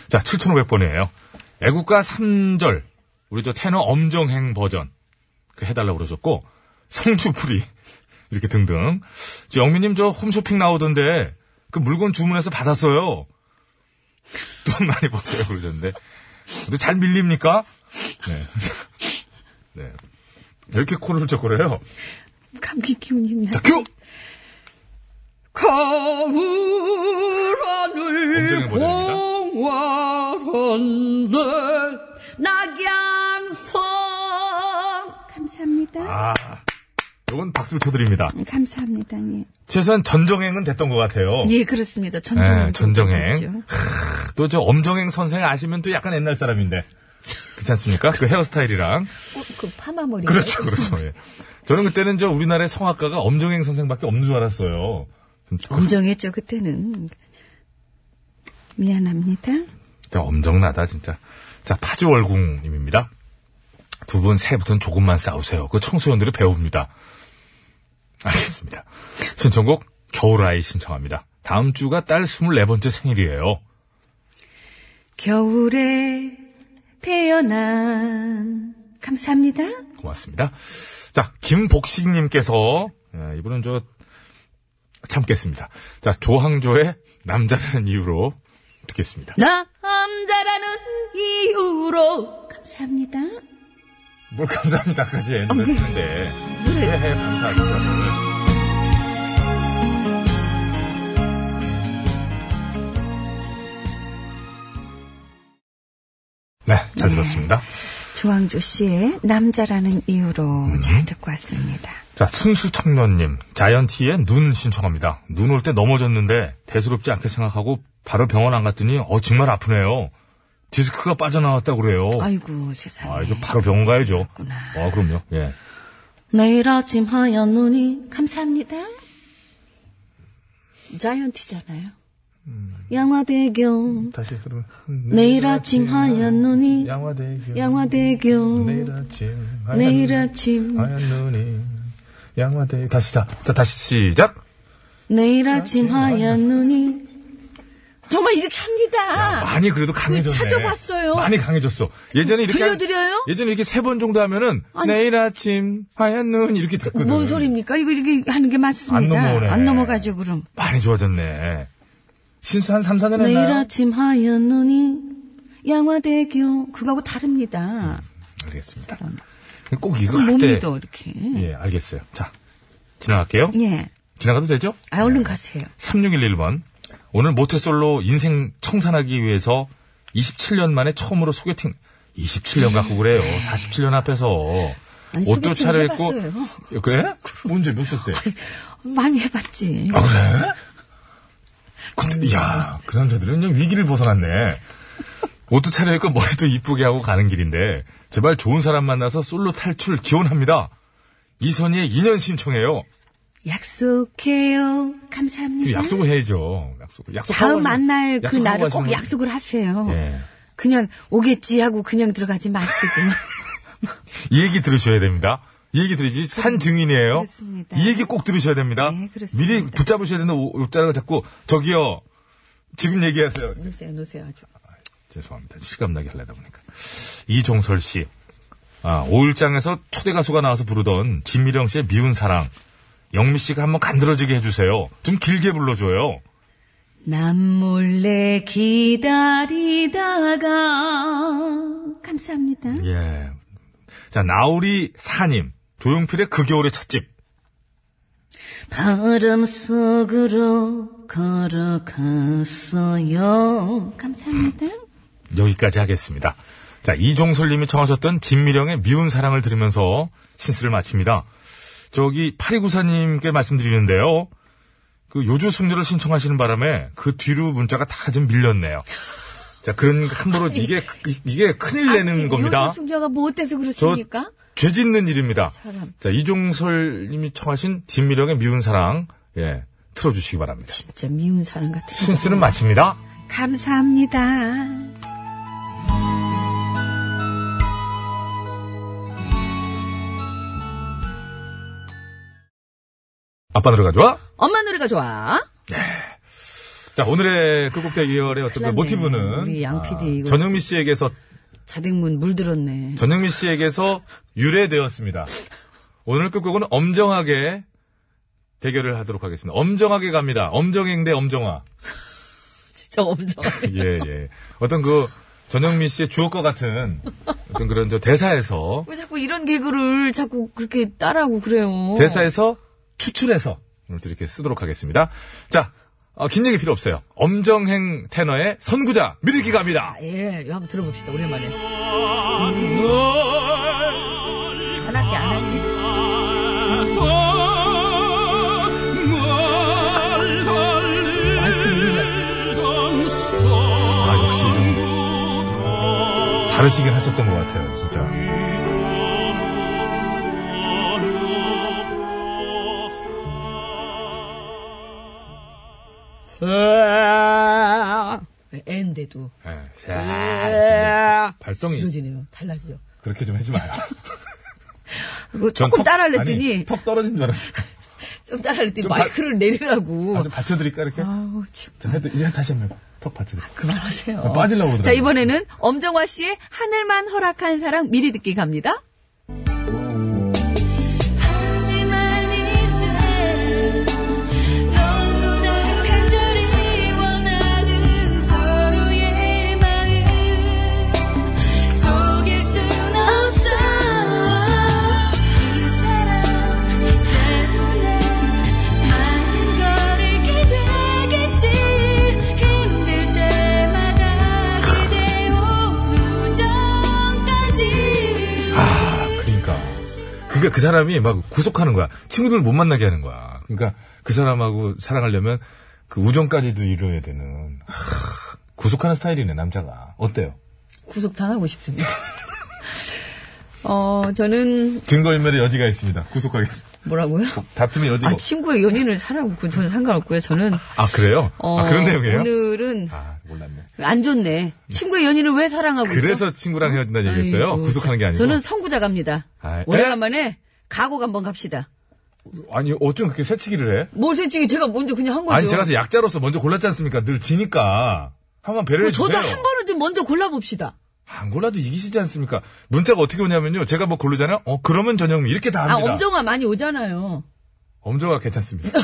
Speaker 1: 자, 7,500번이에요. 애국가 3절. 우리 저 테너 엄정행 버전. 그 해달라고 그러셨고, 성주풀이. 이렇게 등등. 저 영민님 저 홈쇼핑 나오던데, 그 물건 주문해서 받았어요. 돈 많이 버세요 그러셨는데. 근데 잘 밀립니까? 네. 네. 왜 이렇게 코를 훌쩍거려요?
Speaker 2: 감기 기운이 있나?
Speaker 1: 자, 큐!
Speaker 2: 거울 하늘
Speaker 1: 엄정의 버전입니다.
Speaker 2: 공활한데 낙양성 감사합니다.
Speaker 1: 아, 요건 박수를 쳐드립니다.
Speaker 2: 네, 감사합니다. 예.
Speaker 1: 최소한 전정행은 됐던 것 같아요.
Speaker 2: 예, 그렇습니다. 전정행.
Speaker 1: 네, 전정행. 또 저 엄정행 선생 아시면 또 약간 옛날 사람인데. 그렇지 않습니까? 그 헤어스타일이랑.
Speaker 2: 그 파마머리.
Speaker 1: 그렇죠, 그렇죠. 예. 저는 그때는 저 우리나라의 성악가가 엄정행 선생밖에 없는 줄 알았어요.
Speaker 2: 엄정했죠, 그때는. 미안합니다.
Speaker 1: 진짜 엄정나다, 진짜. 자, 파주월궁님입니다. 두 분 새해부터는 조금만 싸우세요. 그 청소년들이 배웁니다. 알겠습니다. 신청곡 겨울아이 신청합니다. 다음 주가 딸 24번째 생일이에요.
Speaker 2: 겨울에 태어난. 감사합니다.
Speaker 1: 고맙습니다. 자, 김복식님께서, 예, 이분은 저, 참겠습니다. 자, 조항조의 남자라는 이유로 듣겠습니다.
Speaker 2: 남자라는 이유로 감사합니다.
Speaker 1: 뭘 뭐, 감사합니다까지 애는 했는데. 네, 왜 해, 감사합니다. 네, 잘 들었습니다.
Speaker 14: 조항조 씨의 남자라는 이유로
Speaker 1: 음.
Speaker 14: 잘 듣고 왔습니다.
Speaker 1: 자, 순수 청년님, 자이언티의 눈 신청합니다. 눈 올 때 넘어졌는데 대수롭지 않게 생각하고 바로 병원 안 갔더니 어 정말 아프네요. 디스크가 빠져나왔다고 그래요.
Speaker 14: 아이고 세상에.
Speaker 1: 어. 아, 이거 바로 병원 가야죠.
Speaker 14: 그렇구나.
Speaker 1: 아, 그럼요. 예.
Speaker 14: 내일 아침 하얀 눈이 감사합니다. 자이언티잖아요.
Speaker 1: 음.
Speaker 14: 양화대교
Speaker 6: 다시 그러면
Speaker 14: 내일 아침 하얀 눈이
Speaker 6: 양화대교
Speaker 14: 양화대교
Speaker 6: 내일 아침 하얀
Speaker 14: 내일
Speaker 6: 눈,
Speaker 14: 아침
Speaker 6: 하얀 눈이 양화대 다시 자
Speaker 1: 자, 다시 시작.
Speaker 14: 내일 아침 하얀 눈이 정말 이렇게 합니다.
Speaker 1: 많이 그래도 강해졌네.
Speaker 14: 찾아봤어요.
Speaker 1: 많이 강해졌어. 예전에 이렇게
Speaker 14: 들려드려요?
Speaker 1: 예전에 이렇게 세 번 정도 하면은 내일 아침 하얀 눈 이렇게 됐거든.
Speaker 14: 뭔 소리입니까? 이거 이렇게 하는 게 맞습니다.
Speaker 1: 안 넘어오네.
Speaker 14: 안 넘어가죠 그럼.
Speaker 1: 많이 좋아졌네. 신수 한 3, 4년
Speaker 14: 내일
Speaker 1: 했나요?
Speaker 14: 아침 하얀 눈이 양화대교 그거하고 다릅니다.
Speaker 1: 알겠습니다. 꼭 이거
Speaker 14: 못
Speaker 1: 할 때.
Speaker 14: 믿어 이렇게.
Speaker 1: 예, 알겠어요. 자, 지나갈게요.
Speaker 14: 예.
Speaker 1: 지나가도 되죠?
Speaker 14: 아 얼른 가세요.
Speaker 1: 3611번. 오늘 모태솔로 인생 청산하기 위해서 27년 만에 처음으로 소개팅. 27년 갖고 그래요. 47년 앞에서.
Speaker 14: 아니,
Speaker 1: 옷도
Speaker 14: 소개팅
Speaker 1: 차려입고.
Speaker 14: 해봤어요.
Speaker 1: 그래? 언제 몇살 때?
Speaker 14: 많이 해봤지.
Speaker 1: 아, 그래? 근데, 야, 그 남자들은 그냥 위기를 벗어났네. 옷도 차려입고 머리도 이쁘게 하고 가는 길인데, 제발 좋은 사람 만나서 솔로 탈출 기원합니다. 이선희의 2년 신청해요.
Speaker 14: 약속해요. 감사합니다.
Speaker 1: 약속을 해야죠. 약속을. 약속
Speaker 14: 다음 만날 그
Speaker 1: 약속하고
Speaker 14: 날을
Speaker 1: 가시는
Speaker 14: 꼭
Speaker 1: 거죠.
Speaker 14: 약속을 하세요.
Speaker 1: 예.
Speaker 14: 그냥 오겠지 하고 그냥 들어가지 마시고.
Speaker 1: 이 얘기 들으셔야 됩니다. 이 얘기 들으지 산 증인이에요.
Speaker 14: 그렇습니다.
Speaker 1: 이 얘기 꼭 들으셔야 됩니다.
Speaker 14: 네, 그렇습니다.
Speaker 1: 미리 붙잡으셔야 되는 옷자락을 자꾸 저기요 지금 얘기하세요.
Speaker 14: 네, 놓으세요, 놓으세요. 아주.
Speaker 1: 죄송합니다. 실감나게 하려다 보니까 이종설 씨, 아 오일장에서 초대 가수가 나와서 부르던 진미령 씨의 미운 사랑. 영미 씨가 한번 간들어지게 해주세요. 좀 길게 불러줘요.
Speaker 14: 남 몰래 기다리다가 감사합니다.
Speaker 1: 예. 자 나우리 사님, 조용필의 그 겨울의 찻집.
Speaker 14: 바람 속으로 걸어갔어요. 감사합니다.
Speaker 1: 여기까지 하겠습니다. 자, 이종솔님이 청하셨던 진미령의 미운 사랑을 들으면서 신스를 마칩니다. 저기 8294님께 말씀드리는데요. 그 요조 승려를 신청하시는 바람에 그 뒤로 문자가 다 좀 밀렸네요. 자, 그런 함부로 이게 이- 이게 큰일 내는 겁니다.
Speaker 14: 승자가 뭐 어때서
Speaker 1: 저
Speaker 14: 그렇습니까?
Speaker 1: 죄짓는 일입니다.
Speaker 14: 사람.
Speaker 1: 자, 이종솔님이 청하신 진미령의 미운 사랑 예 틀어주시기 바랍니다.
Speaker 14: 진짜 미운 사람 같은.
Speaker 1: 신스는 마칩니다.
Speaker 14: 감사합니다.
Speaker 1: 아빠 노래 가져와.
Speaker 2: 엄마 노래가 좋아.
Speaker 1: 자, 오늘의 끝곡 대결의 어떤 그
Speaker 14: 큰일 났네.
Speaker 1: 모티브는 아,
Speaker 14: 우리 양 PD 이거.
Speaker 1: 전영미 씨에게서
Speaker 14: 자댕문 물들었네.
Speaker 1: 전영미 씨에게서 유래되었습니다. 오늘 끝곡은 엄정하게 대결을 하도록 하겠습니다. 엄정하게 갑니다. 엄정행 대 엄정화.
Speaker 2: 진짜 엄정.
Speaker 1: 예, 예. 어떤 그 전영미 씨의 주옥과 같은 어떤 그런 저 대사에서
Speaker 14: 어.
Speaker 2: 왜 자꾸 이런 개그를 자꾸 그렇게 따라하고 그래요.
Speaker 1: 대사에서 추출해서 오늘 또 이렇게 쓰도록 하겠습니다. 자, 어, 긴 얘기 필요 없어요. 엄정행 테너의 선구자 미리기 갑니다.
Speaker 2: 예, 이거 한번 들어봅시다, 오랜만에. 안 할게, 안 할게. 마이크 밀려.
Speaker 1: 아, 역시. 다르시긴 하셨던 것 같아요, 진짜.
Speaker 14: 아.
Speaker 2: 왜 애인데도.
Speaker 1: 예.
Speaker 2: 예.
Speaker 14: 아.
Speaker 1: 자, 발성이
Speaker 2: 길어지네요. 달라지죠.
Speaker 1: 그렇게 좀 하지 마요.
Speaker 2: 그거
Speaker 1: 전
Speaker 2: 조금
Speaker 1: 턱-
Speaker 2: 따라하랬더니,
Speaker 1: 아니, 턱 떨어진 줄 알았어요.
Speaker 2: 좀 따라하랬더니 마이크를 내리라고.
Speaker 1: 아, 좀 받쳐드릴까, 이렇게?
Speaker 2: 아우, 참.
Speaker 1: 자, 해도, 이제 다시 한번 해봐. 턱 받쳐드릴까.
Speaker 2: 그만하세요.
Speaker 1: 아, 빠지려고 그러더라고요.
Speaker 2: 자, 이번에는 엄정화 씨의 하늘만 허락한 사랑 미리 듣기 갑니다.
Speaker 14: 하지만 이제 너
Speaker 1: 아. 그러니까 그 사람이 막 구속하는 거야. 친구들 못 만나게 하는 거야. 그러니까 그 사람하고 사랑하려면 그 우정까지도 이루어야 되는 하, 구속하는 스타일이네 남자가 어때요?
Speaker 2: 구속당하고 싶습니다. 어, 저는,
Speaker 1: 증거인멸의 여지가 있습니다. 구속하겠습니다.
Speaker 2: 뭐라고요?
Speaker 1: 다툼의 여지가.
Speaker 2: 아,
Speaker 1: 없-
Speaker 2: 친구의 연인을 사라고, 그건 저는 상관없고요. 저는,
Speaker 1: 아 그래요?
Speaker 2: 어,
Speaker 1: 아 그런 내용이에요?
Speaker 2: 오늘은,
Speaker 1: 아 몰랐네.
Speaker 2: 안 좋네. 친구의 연인을 왜 사랑하고 있어?
Speaker 1: 그래서 친구랑 헤어진다는 얘기였어요.
Speaker 2: 아이고,
Speaker 1: 구속하는 게 아니고.
Speaker 2: 저는 선구자 갑니다.
Speaker 1: 아,
Speaker 2: 오래간만에 가곡 한번 갑시다.
Speaker 1: 아니 어쩜 그렇게 새치기를 해?
Speaker 2: 뭘 솔직히 제가 먼저 그냥 한 거죠.
Speaker 1: 아니 제가 약자로서 먼저 골랐지 않습니까? 늘 지니까 한번 배려해
Speaker 2: 그럼
Speaker 1: 주세요.
Speaker 2: 어, 저도 한 번은 좀 먼저 골라봅시다.
Speaker 1: 안 골라도 이기시지 않습니까? 문자가 어떻게 오냐면요. 제가 뭐 고르잖아요. 어 그러면 전영미 이렇게 다
Speaker 2: 아,
Speaker 1: 합니다.
Speaker 2: 엄정화 많이 오잖아요.
Speaker 1: 엄정화 괜찮습니다.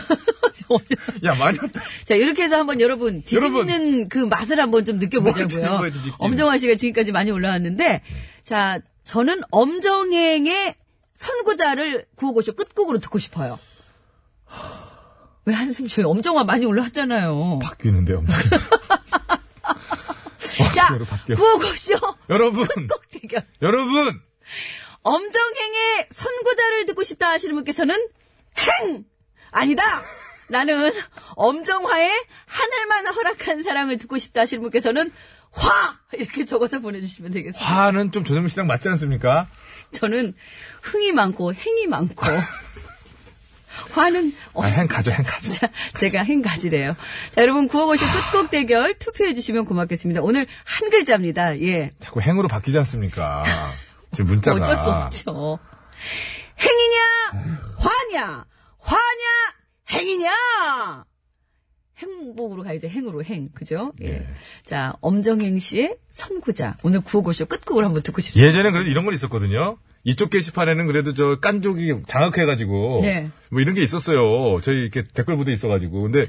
Speaker 1: 야 많이 왔다.
Speaker 2: 자, 이렇게 해서 한번 여러분 뒤집는 그 맛을 한번 좀
Speaker 1: 뒤집는 거예요,
Speaker 2: 느껴보자고요.
Speaker 1: 뒤집기?
Speaker 2: 엄정화 씨가 지금까지 많이 올라왔는데, 자, 저는 엄정행의 선구자를 구호고쇼 끝곡으로 듣고 싶어요. 왜 한숨 쉬어요? 엄정화 많이 올라왔잖아요.
Speaker 1: 바뀌는데 엄정화.
Speaker 2: 자,
Speaker 1: 바뀌어요, 바뀌어요.
Speaker 2: 구호고쇼
Speaker 1: 여러분
Speaker 2: 끝곡 대결.
Speaker 1: 여러분
Speaker 2: 엄정행의 선구자를 듣고 싶다 하시는 분께서는 행! 아니다! 나는 엄정화의 하늘만 허락한 사랑을 듣고 싶다 하시는 분께서는 화! 이렇게 적어서 보내주시면 되겠습니다.
Speaker 1: 화는 좀 전현미 씨랑 맞지 않습니까?
Speaker 2: 저는 흥이 많고 행이 많고 화는 없
Speaker 1: 아, 행 가죠 행 가죠.
Speaker 2: 자, 제가 행가지래요. 자, 여러분, 구호고시 끝곡 대결 투표해주시면 고맙겠습니다. 오늘 한 글자입니다. 예.
Speaker 1: 자꾸 행으로 바뀌지 않습니까? 지금 문자가
Speaker 2: 어쩔 수 없죠. 행이냐, 화냐, 화냐, 행이냐. 행복으로 가야죠. 행으로 행, 그죠? 예.
Speaker 1: 예.
Speaker 2: 자, 엄정행 씨의 선구자. 오늘 구호고쇼 끝곡을 한번 듣고 싶습니다.
Speaker 1: 예전엔 그래도 이런 건 있었거든요. 이쪽 게시판에는 그래도 저 깐족이 장악해가지고
Speaker 2: 네.
Speaker 1: 뭐 이런 게 있었어요. 저희 이렇게 댓글 부대 있어가지고 근데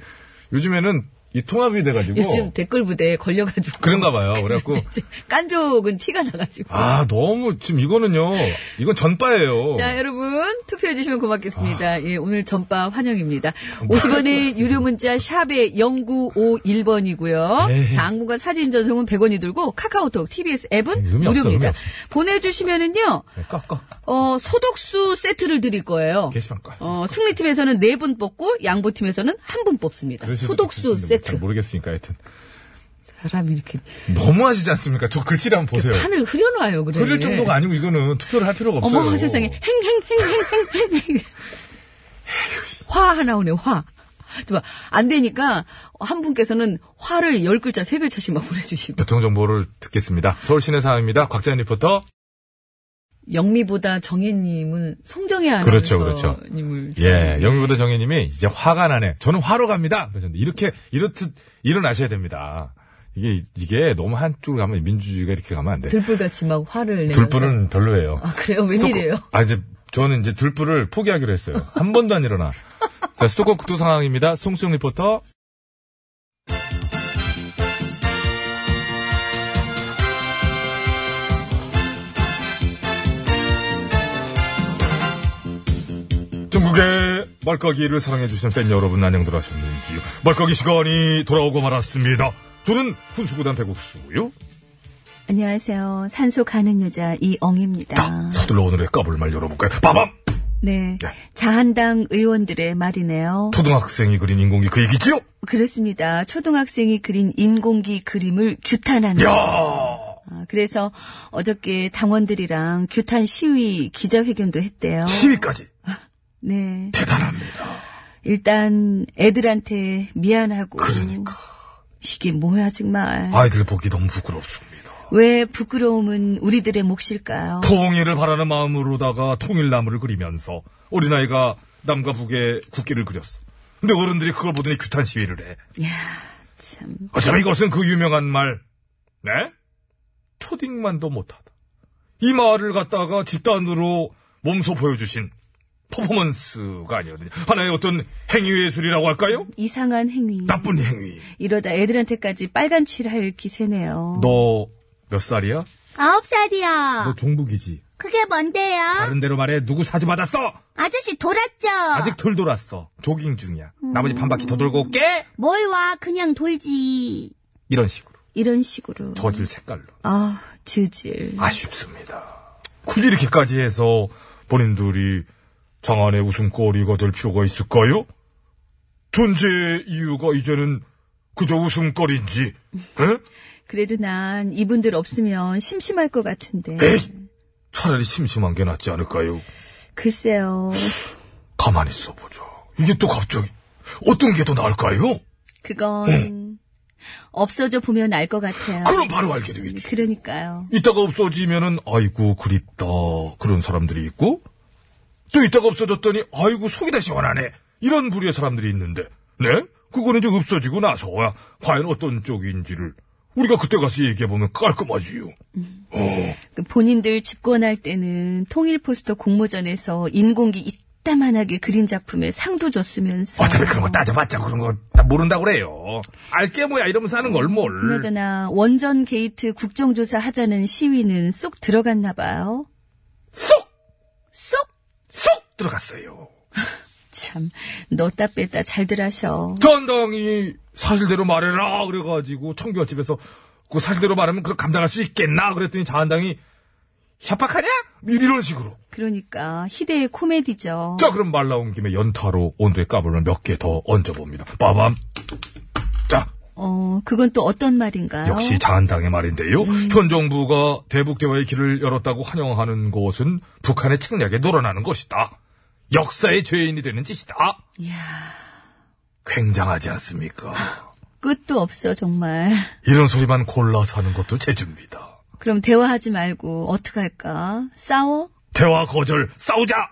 Speaker 1: 요즘에는 이 통합이 돼가지고
Speaker 2: 요즘 네. 댓글 부대에 걸려가지고.
Speaker 1: 예. 그런가 봐요. 그래갖고
Speaker 2: 이제 깐족은 티가 나가지고.
Speaker 1: 아 너무 지금 이거는요. 이건 전빠예요.
Speaker 2: 자, 여러분, 투표해주시면 고맙겠습니다.
Speaker 1: 아.
Speaker 2: 예, 오늘 전파 환영입니다.
Speaker 1: 네.
Speaker 2: 50원의 유료 문자 샵에 0951번이고요.
Speaker 1: 네.
Speaker 2: 장문과 사진 전송은 100원이 들고 카카오톡, TBS 앱은
Speaker 1: 네, 의미 없어, 의미
Speaker 2: 무료입니다.
Speaker 1: 없어.
Speaker 2: 보내주시면은요,
Speaker 1: 네, 꺼 꺼.
Speaker 2: 어, 소독수 세트를 드릴 거예요.
Speaker 1: 게시판 꺼.
Speaker 2: 어, 승리팀에서는 4분 뽑고, 양보팀에서는 1분 뽑습니다.
Speaker 1: 그러실 수도
Speaker 2: 소독수
Speaker 1: 있을 텐데 잘
Speaker 2: 세트.
Speaker 1: 모르겠으니까 하여튼
Speaker 2: 사람이 이렇게
Speaker 1: 너무 하시지 않습니까? 저 글씨를 한번 보세요.
Speaker 2: 판을 흐려놔요, 그래.
Speaker 1: 그럴 정도가 아니고 이거는 투표를 할 필요가 없어요.
Speaker 2: 어머 세상에 행행행행행행 화 하나 오네 화. 좀 안 되니까 한 분께서는 화를 열 글자 세 글자씩 막 보내주시고
Speaker 1: 교통 정보를 듣겠습니다. 서울 시내 상황입니다. 곽재현 리포터.
Speaker 2: 영미보다 정혜님은 송정혜 아나운서님을
Speaker 1: 그렇죠, 그렇죠. 예, 영미보다 정혜님이 이제 화가 나네. 저는 화로 갑니다. 그러셨는데 이렇게 이렇듯 일어나셔야 됩니다. 이게 이게 너무 한쪽으로 가면 민주주의가 이렇게 가면 안 돼.
Speaker 2: 들불같이 막 화를 내면서
Speaker 1: 둘불은 별로예요.
Speaker 2: 아 그래요 웬일이에요?
Speaker 1: 아 이제 저는 이제 들불을 포기하기로 했어요. 한 번도 안 일어나. 자, 수도권 국토 상황입니다. 송수영 리포터. 중국의 말까기를 사랑해주시는 팬 여러분 안녕 들하셨는지요 말까기 시간이 돌아오고 말았습니다. 저는 훈수구단 배국수고요.
Speaker 14: 안녕하세요. 산소 가는 여자 이엉입니다.
Speaker 1: 서둘러 오늘의 까불 말 열어볼까요? 빠밤!
Speaker 14: 네. 자한당 의원들의 말이네요.
Speaker 1: 초등학생이 그린 인공기 그 얘기지요?
Speaker 14: 그렇습니다. 초등학생이 그린 인공기 그림을 규탄하는.
Speaker 1: 야
Speaker 14: 아, 그래서 어저께 당원들이랑 규탄 시위 기자회견도 했대요.
Speaker 1: 시위까지
Speaker 14: 네.
Speaker 1: 대단합니다.
Speaker 14: 일단 애들한테 미안하고.
Speaker 1: 그러니까.
Speaker 14: 이게 뭐야 정말.
Speaker 1: 아이들 보기 너무 부끄럽습니다.
Speaker 14: 왜 부끄러움은 우리들의 몫일까요?
Speaker 1: 통일을 바라는 마음으로다가 통일나무를 그리면서 어린아이가 남과 북의 국기를 그렸어. 근데 어른들이 그걸 보더니 규탄 시위를 해.
Speaker 14: 참.
Speaker 1: 어차피 이것은 그 유명한 말, 네? 초딩만도 못하다. 이 말을 갖다가 집단으로 몸소 보여주신 퍼포먼스가 아니거든요. 하나의 어떤 행위예술이라고 할까요?
Speaker 14: 이상한 행위.
Speaker 1: 나쁜 행위.
Speaker 14: 이러다 애들한테까지 빨간 칠할 기세네요.
Speaker 1: 너 몇 살이야?
Speaker 15: 아홉 살이요.
Speaker 1: 너 종북이지.
Speaker 15: 그게 뭔데요?
Speaker 1: 다른 대로 말해 누구 사주 받았어?
Speaker 15: 아저씨 돌았죠?
Speaker 1: 아직 덜 돌았어. 조깅 중이야. 나머지 반 바퀴 더 돌고 올게.
Speaker 15: 뭘 와, 그냥 돌지.
Speaker 1: 이런 식으로
Speaker 14: 이런 식으로.
Speaker 1: 저질 색깔로
Speaker 14: 아, 저질.
Speaker 6: 어,
Speaker 1: 아쉽습니다. 굳이 이렇게까지 해서
Speaker 6: 본인들이 장안의 웃음거리가 될 필요가 있을까요? 존재의 이유가 이제는 그저 웃음거리인지, 에?
Speaker 16: 그래도 난 이분들 없으면 심심할 것 같은데.
Speaker 6: 차라리 심심한 게 낫지 않을까요?
Speaker 16: 글쎄요.
Speaker 6: 가만히 있어보자. 이게 또 갑자기 어떤 게 더 나을까요?
Speaker 17: 음.
Speaker 16: 그건 없어져 보면 알 것 같아요.
Speaker 6: 그럼 바로 알게 되겠지.
Speaker 16: 그러니까요.
Speaker 6: 이따가 없어지면은 아이고 그립다 그런 사람들이 있고 또 이따가 없어졌더니 아이고 속이 다 시원하네 이런 부류의 사람들이 있는데 네 그거는 이제 없어지고 나서야 과연 어떤 쪽인지를 우리가 그때 가서 얘기해 보면 깔끔하지요. 어.
Speaker 16: 그 본인들 집권할 때는 통일 포스터 공모전에서 인공기 이따만하게 그린 작품에 상도 줬으면서.
Speaker 17: 어차피 그런 거 따져봤자 그런 거 다 모른다고 그래요. 알게 뭐야 이러면서 하는 걸 뭘.
Speaker 16: 그나저나 원전 게이트 국정조사 하자는 시위는 쏙 들어갔나 봐요.
Speaker 17: 쏙!
Speaker 16: 쏙!
Speaker 17: 쏙! 들어갔어요.
Speaker 16: 참, 넣었다 뺐다 잘들 하셔.
Speaker 6: 전당이 사실대로 말해라 그래가지고 청교집에서 그 사실대로 말하면 그걸 감당할 수 있겠나 그랬더니 자한당이
Speaker 17: 협박하냐?
Speaker 6: 이런 식으로
Speaker 16: 그러니까 희대의 코미디죠.
Speaker 6: 자, 그럼 말 나온 김에 연타로 오늘의 까불을 몇 개 더 얹어봅니다. 빠밤. 자,
Speaker 16: 어, 그건 또 어떤 말인가요?
Speaker 6: 역시 자한당의 말인데요. 현 정부가 대북 대화의 길을 열었다고 환영하는 것은 북한의 책략에 놀아나는 것이다. 역사의 죄인이 되는 짓이다. 아!
Speaker 16: 이야,
Speaker 6: 굉장하지 않습니까?
Speaker 16: 끝도 없어 정말.
Speaker 6: 이런 소리만 골라서 하는 것도 재주입니다.
Speaker 16: 그럼 대화하지 말고 어떻게 할까? 싸워?
Speaker 6: 대화 거절, 싸우자!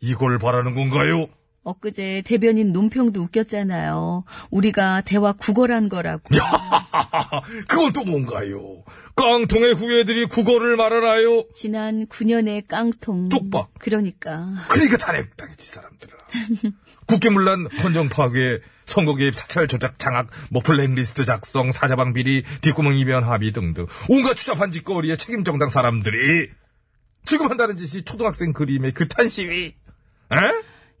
Speaker 6: 이걸 바라는 건가요?
Speaker 16: 엊그제 대변인 논평도 웃겼잖아요. 우리가 대화 구걸한 거라고.
Speaker 6: 그건 또 뭔가요? 깡통의 후예들이 국어를 말하나요?
Speaker 16: 지난 9년의 깡통.
Speaker 6: 쪽박.
Speaker 16: 그러니까.
Speaker 6: 그러니까 탄핵당했지 사람들아. 국기문란 헌정 파괴, 선거 개입, 사찰 조작, 장악, 뭐 블랙리스트 작성, 사자방 비리, 뒷구멍 이변 합의 등등 온갖 추잡한 짓거리에 책임 정당 사람들이 지금 한다는 짓이 초등학생 그림의 규탄 시위. 에?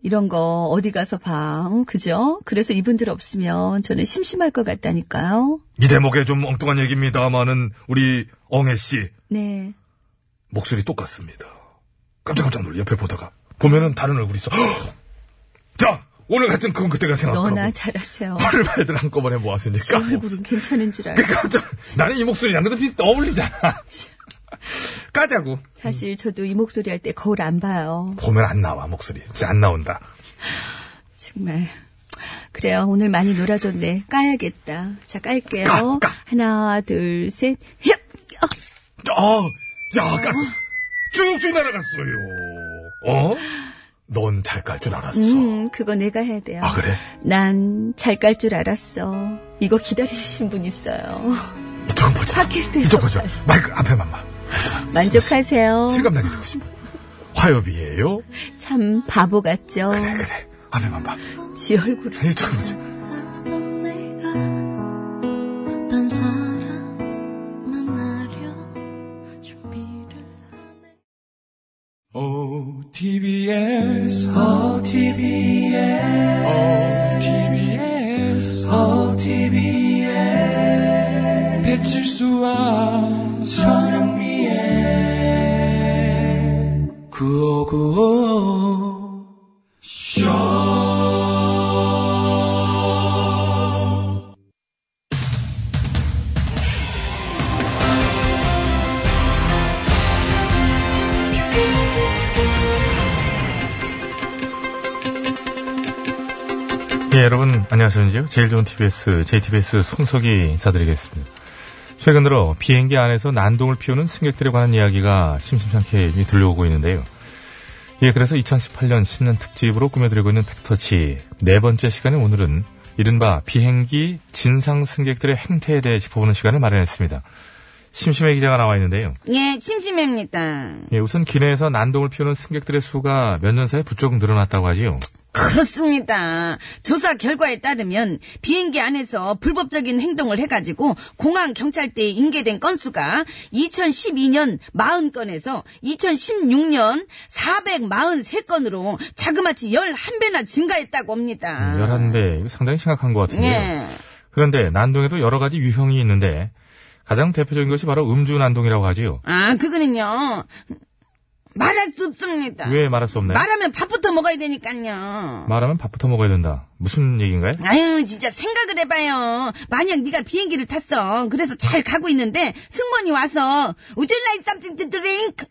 Speaker 16: 이런 거 어디 가서 봐. 응, 그죠? 그래서 이분들 없으면 저는 심심할 것 같다니까요.
Speaker 6: 이 대목에 좀 엉뚱한 얘기입니다만은 우리 엉애 씨
Speaker 16: 네.
Speaker 6: 목소리 똑같습니다. 깜짝깜짝 놀래 옆에 보다가 보면은 다른 얼굴이 있어. 자 오늘 같은 그건 아, 그때가 생각하고 아,
Speaker 16: 너나 잘하세요.
Speaker 6: 팔을 발들 한꺼번에
Speaker 16: 저
Speaker 6: 모았으니까
Speaker 16: 얼굴은 괜찮은 줄 알고.
Speaker 6: 깜짝 나는 이 목소리랑 그래도 비슷 어울리잖아.
Speaker 17: 까자고.
Speaker 16: 사실 저도 이 목소리 할 때 거울 안 봐요.
Speaker 6: 보면 안 나와 목소리 진짜 안 나온다.
Speaker 16: 정말. 그래요. 오늘 많이 놀아줬네. 까야겠다. 자, 깔게요.
Speaker 6: 까, 까.
Speaker 16: 하나, 둘, 셋. 힙! 어,
Speaker 6: 아, 야, 깠어. 쭉쭉 날아갔어요. 어? 넌 잘 깔 줄 알았어.
Speaker 16: 음, 그거 내가 해야 돼요.
Speaker 6: 아, 그래?
Speaker 16: 난 잘 깔 줄 알았어. 이거 기다리신 분 있어요.
Speaker 6: 이쪽 보자.
Speaker 16: 팟캐스트에서
Speaker 6: 이쪽 보자.
Speaker 16: 봤어.
Speaker 6: 마이크 앞에만 봐.
Speaker 16: 만족하세요.
Speaker 6: 실감나게 듣고 싶어. 화요비예요
Speaker 16: 참 바보 같죠?
Speaker 6: 그래, 그래. 아, 네, 앞에만 봐.
Speaker 16: 지 얼굴을.
Speaker 6: 네, 이쪽 보자.
Speaker 1: 넌 내가 딴 사람 만나려 준비를 하네 어, OTBS OTBS OTBS OTBS 배칠수와 전영미의 9595
Speaker 6: 예, 여러분, 안녕하세요. 제일 좋은 TBS, JTBS 손석희 인사드리겠습니다. 최근 들어 비행기 안에서 난동을 피우는 승객들에 관한 이야기가 심심찮게 이미 들려오고 있는데요. 예, 그래서 2018년 신년 특집으로 꾸며드리고 있는 팩터치 네 번째 시간에 오늘은 이른바 비행기 진상 승객들의 행태에 대해 짚어보는 시간을 마련했습니다. 심심해 기자가 나와 있는데요.
Speaker 18: 예, 심심합니다.
Speaker 6: 예, 우선 기내에서 난동을 피우는 승객들의 수가 몇 년 사이에 부쩍 늘어났다고 하지요.
Speaker 18: 그렇습니다. 조사 결과에 따르면 비행기 안에서 불법적인 행동을 해가지고 공항 경찰대에 인계된 건수가 2012년 40건에서 2016년 443건으로 자그마치 11배나 증가했다고
Speaker 16: 아.
Speaker 18: 합니다.
Speaker 1: 음,
Speaker 6: 11배, 이거 상당히 심각한 것 같은데요.
Speaker 18: 예.
Speaker 6: 그런데 난동에도 여러 가지 유형이 있는데 가장 대표적인 것이 바로 음주 난동이라고 하지요.
Speaker 18: 아, 그거는요.
Speaker 16: 말할 수 없습니다.
Speaker 1: 왜 말할 수 없나요?
Speaker 16: 말하면 밥부터 먹어야 되니까요.
Speaker 1: 말하면 밥부터 먹어야 된다. 무슨 얘기인가요?
Speaker 16: 아유 진짜 생각을 해봐요. 만약 네가 비행기를 탔어. 그래서 잘 가고 있는데 승무원이 와서 Would you like something to drink?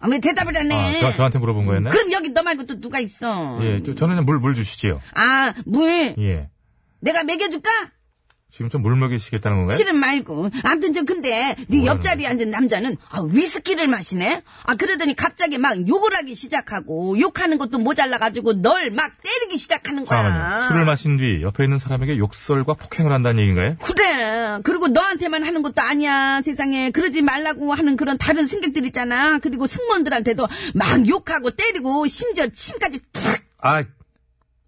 Speaker 16: 아왜 대답을 안
Speaker 1: 아,
Speaker 16: 해?
Speaker 1: 저, 저한테 물어본 거였나요?
Speaker 16: 그럼 여기 너 말고 또 누가 있어?
Speaker 1: 예, 저, 저는 물, 물 주시지요.
Speaker 16: 아 물.
Speaker 1: 예.
Speaker 16: 내가 먹여줄까?
Speaker 1: 지금 좀 물 먹이시겠다는 건가요?
Speaker 16: 실은 말고. 아무튼 저 근데 네 옆자리에 앉은 남자는 아, 위스키를 마시네. 아 그러더니 갑자기 막 욕을 하기 시작하고 욕하는 것도 모자라 가지고 널 막 때리기 시작하는 거야.
Speaker 1: 잠깐만요. 술을 마신 뒤 옆에 있는 사람에게 욕설과 폭행을 한다는 얘기인가요?
Speaker 16: 그래. 그리고 너한테만 하는 것도 아니야. 세상에. 그러지 말라고 하는 그런 다른 승객들 있잖아. 그리고 승무원들한테도 막 욕하고 때리고 심지어 침까지 탁.
Speaker 1: 아,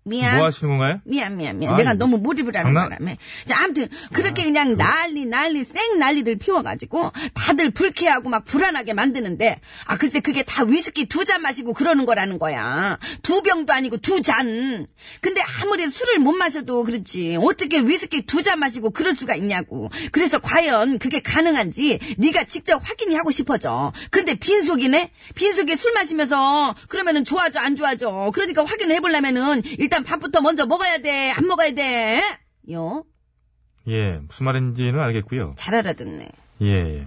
Speaker 16: 미안.
Speaker 1: 뭐 하시는 건가요?
Speaker 16: 미안, 미안, 미안.
Speaker 1: 아이,
Speaker 16: 내가 너무 몰입을 하는
Speaker 1: 장난-
Speaker 16: 바람에. 자, 아무튼, 그렇게 그냥 난리, 난리, 쌩 난리를 피워가지고, 다들 불쾌하고 막 불안하게 만드는데, 아, 글쎄, 그게 다 위스키 두 잔 마시고 그러는 거라는 거야. 두 병도 아니고 두 잔. 근데 아무리 술을 못 마셔도 그렇지. 어떻게 위스키 두 잔 마시고 그럴 수가 있냐고. 그래서 과연 그게 가능한지, 네가 직접 확인이 하고 싶어져. 근데 빈속이네? 빈속에 술 마시면서, 그러면은 좋아져, 안 좋아져. 그러니까 확인을 해보려면은, 일단 밥부터 먼저 먹어야 돼, 안 먹어야 돼. 요?
Speaker 1: 예, 무슨 말인지는 알겠고요.
Speaker 16: 잘 알아듣네.
Speaker 1: 예, 예.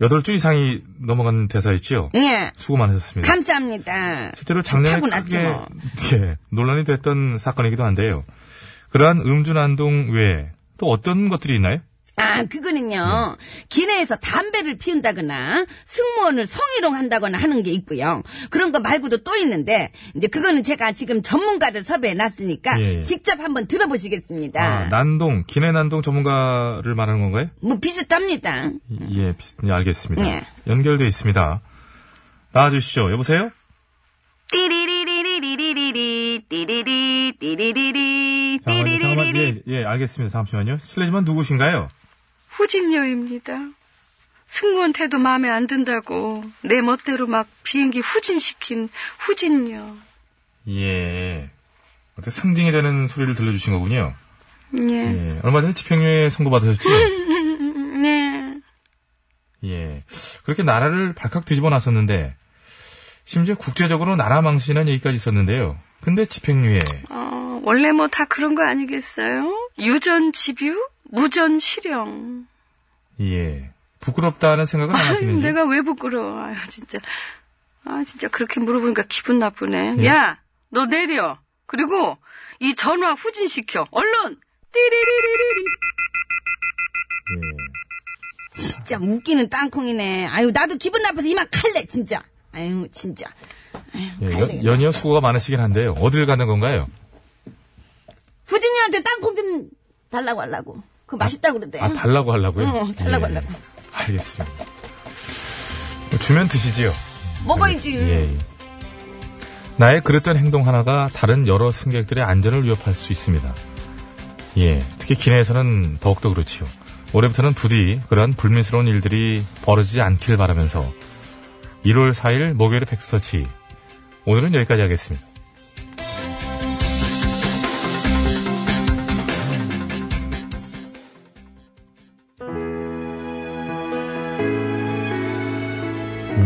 Speaker 1: 여덟 주 이상이 넘어간 대사였지요?
Speaker 16: 예.
Speaker 1: 수고 많으셨습니다.
Speaker 16: 감사합니다.
Speaker 1: 실제로 작년에
Speaker 16: 타고났지
Speaker 1: 크게
Speaker 16: 뭐.
Speaker 1: 예, 논란이 됐던 사건이기도 한데요. 그러한 음주난동 외에 또 어떤 것들이 있나요?
Speaker 16: 아, 그거는요. 기내에서 담배를 피운다거나 승무원을 성희롱한다거나 하는 게 있고요. 그런 거 말고도 또 있는데 이제 그거는 제가 지금 전문가를 섭외해 놨으니까
Speaker 1: 예, 예.
Speaker 16: 직접 한번 들어보시겠습니다.
Speaker 1: 아, 난동, 기내 난동 전문가를 말하는 건가요?
Speaker 16: 뭐 비슷합니다.
Speaker 1: 예, 비- 예, 알겠습니다.
Speaker 16: 예.
Speaker 1: 연결돼 있습니다. 나와주시죠. 여보세요?
Speaker 16: 띠리리리리리리리리 띠리리 띠리리리
Speaker 1: 잠깐만요. 잠깐만, 예, 예, 알겠습니다. 잠시만요. 실례지만 누구신가요?
Speaker 9: 후진녀입니다. 승무원 태도 마음에 안 든다고 내 멋대로 막 비행기 후진시킨 후진녀.
Speaker 1: 예. 어떻게 상징이 되는 소리를 들려주신 거군요.
Speaker 9: 예.
Speaker 1: 예. 얼마 전에 집행유예 선고받으셨죠?
Speaker 9: 네.
Speaker 1: 예. 그렇게 나라를 발칵 뒤집어 놨었는데, 심지어 국제적으로 나라 망신이라는 얘기까지 있었는데요. 근데 집행유예.
Speaker 9: 어, 원래 뭐 다 그런 거 아니겠어요? 유전 집유, 무전 실형.
Speaker 1: 예. 부끄럽다는 생각은 안
Speaker 9: 아유,
Speaker 1: 하시는지.
Speaker 9: 내가 왜 부끄러워? 아유, 진짜. 아, 진짜 그렇게 물어보니까 기분 나쁘네.
Speaker 1: 예.
Speaker 9: 야, 너 내려. 그리고 이 전화 후진시켜. 얼른! 띠리리리리리.
Speaker 16: 진짜 웃기는 땅콩이네. 아유 나도 기분 나빠서 이만 칼래 진짜. 아유 진짜.
Speaker 1: 예, 연, 연이어 수고가 많으시긴 한데요. 어딜 가는 건가요?
Speaker 16: 후진이한테 땅콩 좀 달라고 하려고. 그거 맛있다고 그러대.
Speaker 1: 아, 달라고 하려고요?
Speaker 16: 응, 어, 달라고
Speaker 1: 예.
Speaker 16: 하려고.
Speaker 1: 알겠습니다. 주면 드시지요.
Speaker 16: 먹어야지.
Speaker 1: 예. 나의 그랬던 행동 하나가 다른 여러 승객들의 안전을 위협할 수 있습니다. 예, 특히 기내에서는 더욱더 그렇지요. 올해부터는 부디 그러한 불미스러운 일들이 벌어지지 않길 바라면서 1월 4일 목요일의 백스터치 오늘은 여기까지 하겠습니다.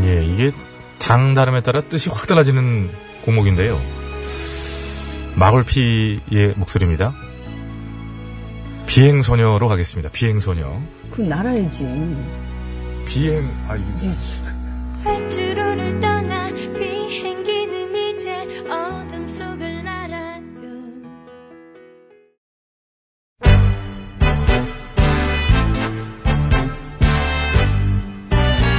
Speaker 1: 예, 이게 장다름에 따라 뜻이 확 달라지는 곡목인데요. 마골피의 목소리입니다. 비행소녀로 가겠습니다. 비행소녀.
Speaker 19: 그럼 날아야지.
Speaker 1: 비행, 아, 이게.
Speaker 8: 활주로를
Speaker 20: 아,
Speaker 8: 떠나
Speaker 20: 그
Speaker 8: 비행기는 이제 어둠 속을 날아요
Speaker 2: 네.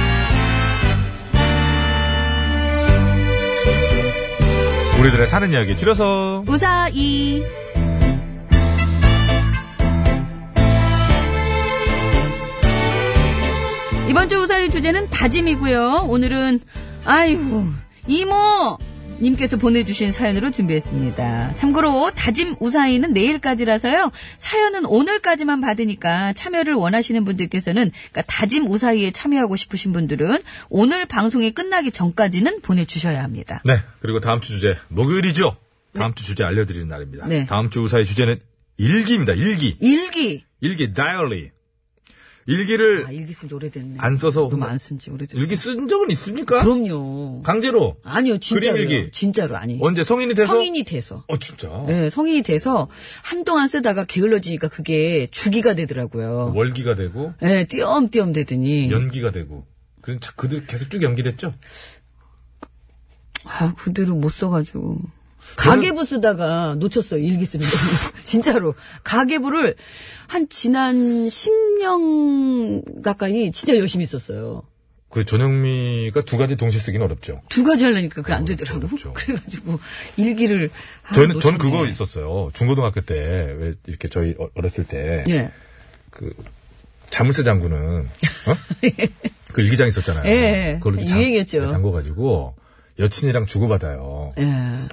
Speaker 1: 우리들의 사는 이야기 줄여서
Speaker 2: 우사이. 이번 주 우사의 주제는 다짐이고요. 오늘은 아이고 이모 님께서 보내주신 사연으로 준비했습니다. 참고로 다짐 우사이는 내일까지라서요. 사연은 오늘까지만 받으니까 참여를 원하시는 분들께서는 그러니까 다짐 우사이에 참여하고 싶으신 분들은 오늘 방송이 끝나기 전까지는 보내주셔야 합니다.
Speaker 1: 네 그리고 다음 주 주제 목요일이죠. 다음 주 주제 알려드리는 날입니다.
Speaker 2: 네.
Speaker 1: 다음 주 우사의 주제는 일기입니다. 일기
Speaker 2: 일기
Speaker 1: 일기 다이어리 일기를
Speaker 2: 아, 일기 쓴 지 오래됐네.
Speaker 1: 안 써서
Speaker 2: 너무 안 쓴 지 오래됐네.
Speaker 1: 일기 쓴 적은 있습니까?
Speaker 2: 그럼요.
Speaker 1: 강제로
Speaker 2: 아니요, 진짜로.
Speaker 1: 그림 일기.
Speaker 2: 진짜로 아니.
Speaker 1: 언제 성인이 돼서?
Speaker 2: 성인이 돼서.
Speaker 1: 어 진짜.
Speaker 2: 예, 성인이 돼서 한동안 쓰다가 게을러지니까 그게 주기가 되더라고요.
Speaker 1: 월기가 되고
Speaker 2: 예, 띄엄띄엄 되더니.
Speaker 1: 연기가 되고. 그런 자- 그들 계속 쭉 연기됐죠.
Speaker 2: 아, 그대로 못 써가지고. 가계부 쓰다가 놓쳤어요, 일기 쓰는 거. 진짜로. 가계부를 한 지난 10년 가까이 진짜 열심히 썼어요.
Speaker 1: 그 전영미가 두 가지 동시에 쓰기는 어렵죠.
Speaker 2: 두 가지 하려니까 그게 안 되더라고. 그래가지고 일기를. 아,
Speaker 1: 어, 그렇죠, 저는 전
Speaker 2: 놓쳤네.
Speaker 1: 그거 있었어요. 중고등학교 때 왜 이렇게 저희 어- 어렸을 때
Speaker 2: 예.
Speaker 1: 그 자물쇠 장구는 어? 그 일기장 있었잖아요.
Speaker 2: 예,
Speaker 1: 그걸로 이렇게 장-
Speaker 2: 유행이었죠.
Speaker 1: 잠궈 가지고 여친이랑 주고 받아요.
Speaker 2: 예.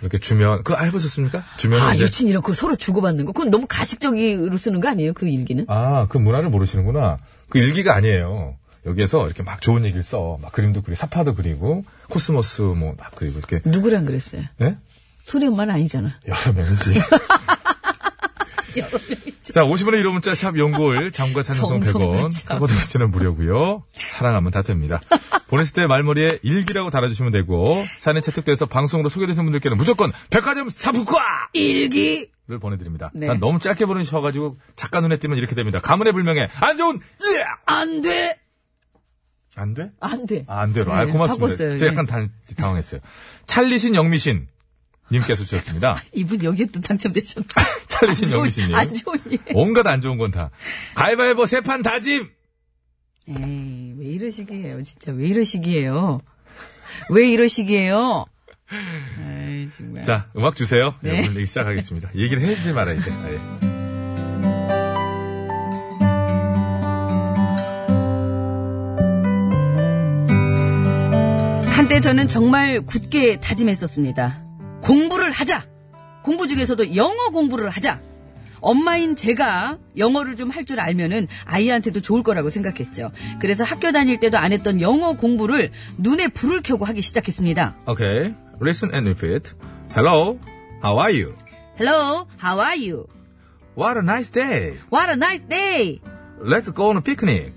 Speaker 1: 이렇게 주면 그거 해보셨습니까? 주면
Speaker 2: 아,
Speaker 1: 이제
Speaker 2: 여친이랑 그걸 서로 주고받는 거. 그건 너무 가식적으로 쓰는 거 아니에요, 그 일기는?
Speaker 1: 아, 그 문화를 모르시는구나. 그 일기가 아니에요. 여기에서 이렇게 막 좋은 얘기를 써. 막 그림도 그리고 사파도 그리고 코스모스 뭐 막 그리고 이렇게
Speaker 2: 누구랑 그랬어요?
Speaker 1: 예?
Speaker 2: 소리 엄마는 아니잖아.
Speaker 1: 여러 명이지. 자, 50원의 1호 문자 샵 연골 장과 산성
Speaker 2: 정성도
Speaker 1: 100원
Speaker 2: 참.
Speaker 1: 카고도 문자는 무료고요. 사랑하면 다 됩니다. 보냈을 때 말머리에 일기라고 달아주시면 되고 사연에 채택돼서 방송으로 소개되신 분들께는 무조건 백화점 사부과
Speaker 2: 일기!
Speaker 1: 를 보내드립니다.
Speaker 2: 네.
Speaker 1: 난 너무 짧게 보내셔가지고 작가 눈에 띄면 이렇게 됩니다. 가문의 불명예 안 좋은 예!
Speaker 2: 안 돼!
Speaker 1: 안 돼?
Speaker 2: 안 돼.
Speaker 1: 아, 안 돼요. 아,
Speaker 2: 네,
Speaker 1: 고맙습니다.
Speaker 2: 바꿨어요,
Speaker 1: 제가
Speaker 2: 예.
Speaker 1: 약간 당, 당황했어요. 찰리신 영미신 님께서 주셨습니다.
Speaker 2: 이분 여기에 또 당첨되셨나?
Speaker 1: 찰리신
Speaker 2: 안 좋은-
Speaker 1: 영미신님.
Speaker 2: 안 좋은 일.
Speaker 1: 온갖 안 좋은 건 다. 가위바위보 세 판 다짐!
Speaker 2: 에이, 왜 이러시기에요, 진짜. 왜 이러시기에요? 왜 이러시기에요? 에이, 정말.
Speaker 1: 자, 음악 주세요.
Speaker 2: 네.
Speaker 1: 네. 오늘 얘기 시작하겠습니다. 얘기를 해주지 말아야 돼. 아, 예.
Speaker 2: 한때 저는 정말 굳게 다짐했었습니다. 공부를 하자! 공부 중에서도 영어 공부를 하자! 엄마인 제가 영어를 좀 할 줄 알면은 아이한테도 좋을 거라고 생각했죠. 그래서 학교 다닐 때도 안 했던 영어 공부를 눈에 불을 켜고 하기 시작했습니다.
Speaker 1: Okay. Listen and repeat. Hello. How are you?
Speaker 2: Hello, how are you?
Speaker 1: What a nice day.
Speaker 2: What a nice day!
Speaker 1: Let's go on a picnic.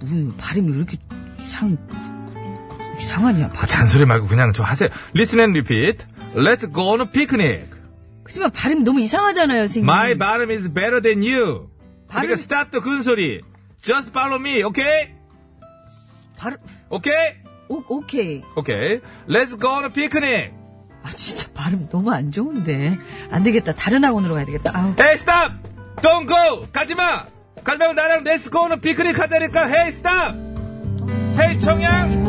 Speaker 2: 무슨 발음이 왜 이렇게 이상, 이상하냐.
Speaker 1: 아, 잔소리 말고 그냥 저 하세요. Listen and repeat. Let's go on a picnic.
Speaker 2: 하지만 발음이 너무 이상하잖아요, 선생님.
Speaker 1: My bottom is better than you.
Speaker 2: 음. 발음-
Speaker 1: 그러니까 stop the 큰 소리. Just follow me. Okay?
Speaker 2: 발음,
Speaker 1: Okay?
Speaker 2: 오, 오케이.
Speaker 1: Okay. Let's go on a picnic.
Speaker 2: 아, 진짜 발음 너무 안 좋은데. 안 되겠다. 다른 학원으로 가야 되겠다. 아우.
Speaker 1: Hey, stop! Don't go! 가지마! 가지 말고 나랑 Let's go on a picnic 하자니까 Hey, stop! Hey, 청양!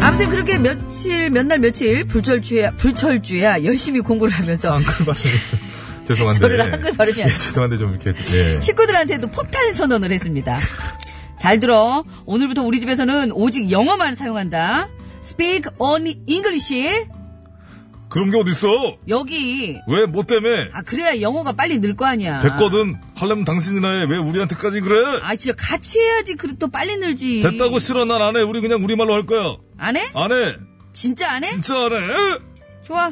Speaker 2: 아무튼 그렇게 며칠, 몇 날 며칠 불철주야, 불철주야 열심히 공부를 하면서
Speaker 1: 죄송한데.
Speaker 2: 저를 한글 발음이
Speaker 1: 예,
Speaker 2: 아니라.
Speaker 1: 죄송한데 좀 이렇게. 예.
Speaker 2: 식구들한테도 폭탄 선언을 했습니다. 잘 들어. 오늘부터 우리 집에서는 오직 영어만 사용한다. Speak only English.
Speaker 1: 그런 게 어딨어?
Speaker 2: 여기.
Speaker 1: 왜, 뭐 때문에?
Speaker 2: 아, 그래야 영어가 빨리 늘 거 아니야.
Speaker 1: 됐거든. 하려면 당신이나 해. 왜 우리한테까지 그래?
Speaker 2: 아, 진짜 같이 해야지. 그래, 또 빨리 늘지.
Speaker 1: 됐다고 싫어. 난 안 해. 우리 그냥 우리말로 할 거야.
Speaker 2: 안 해?
Speaker 1: 안 해.
Speaker 2: 진짜 안 해?
Speaker 1: 진짜 안 해.
Speaker 2: 좋아.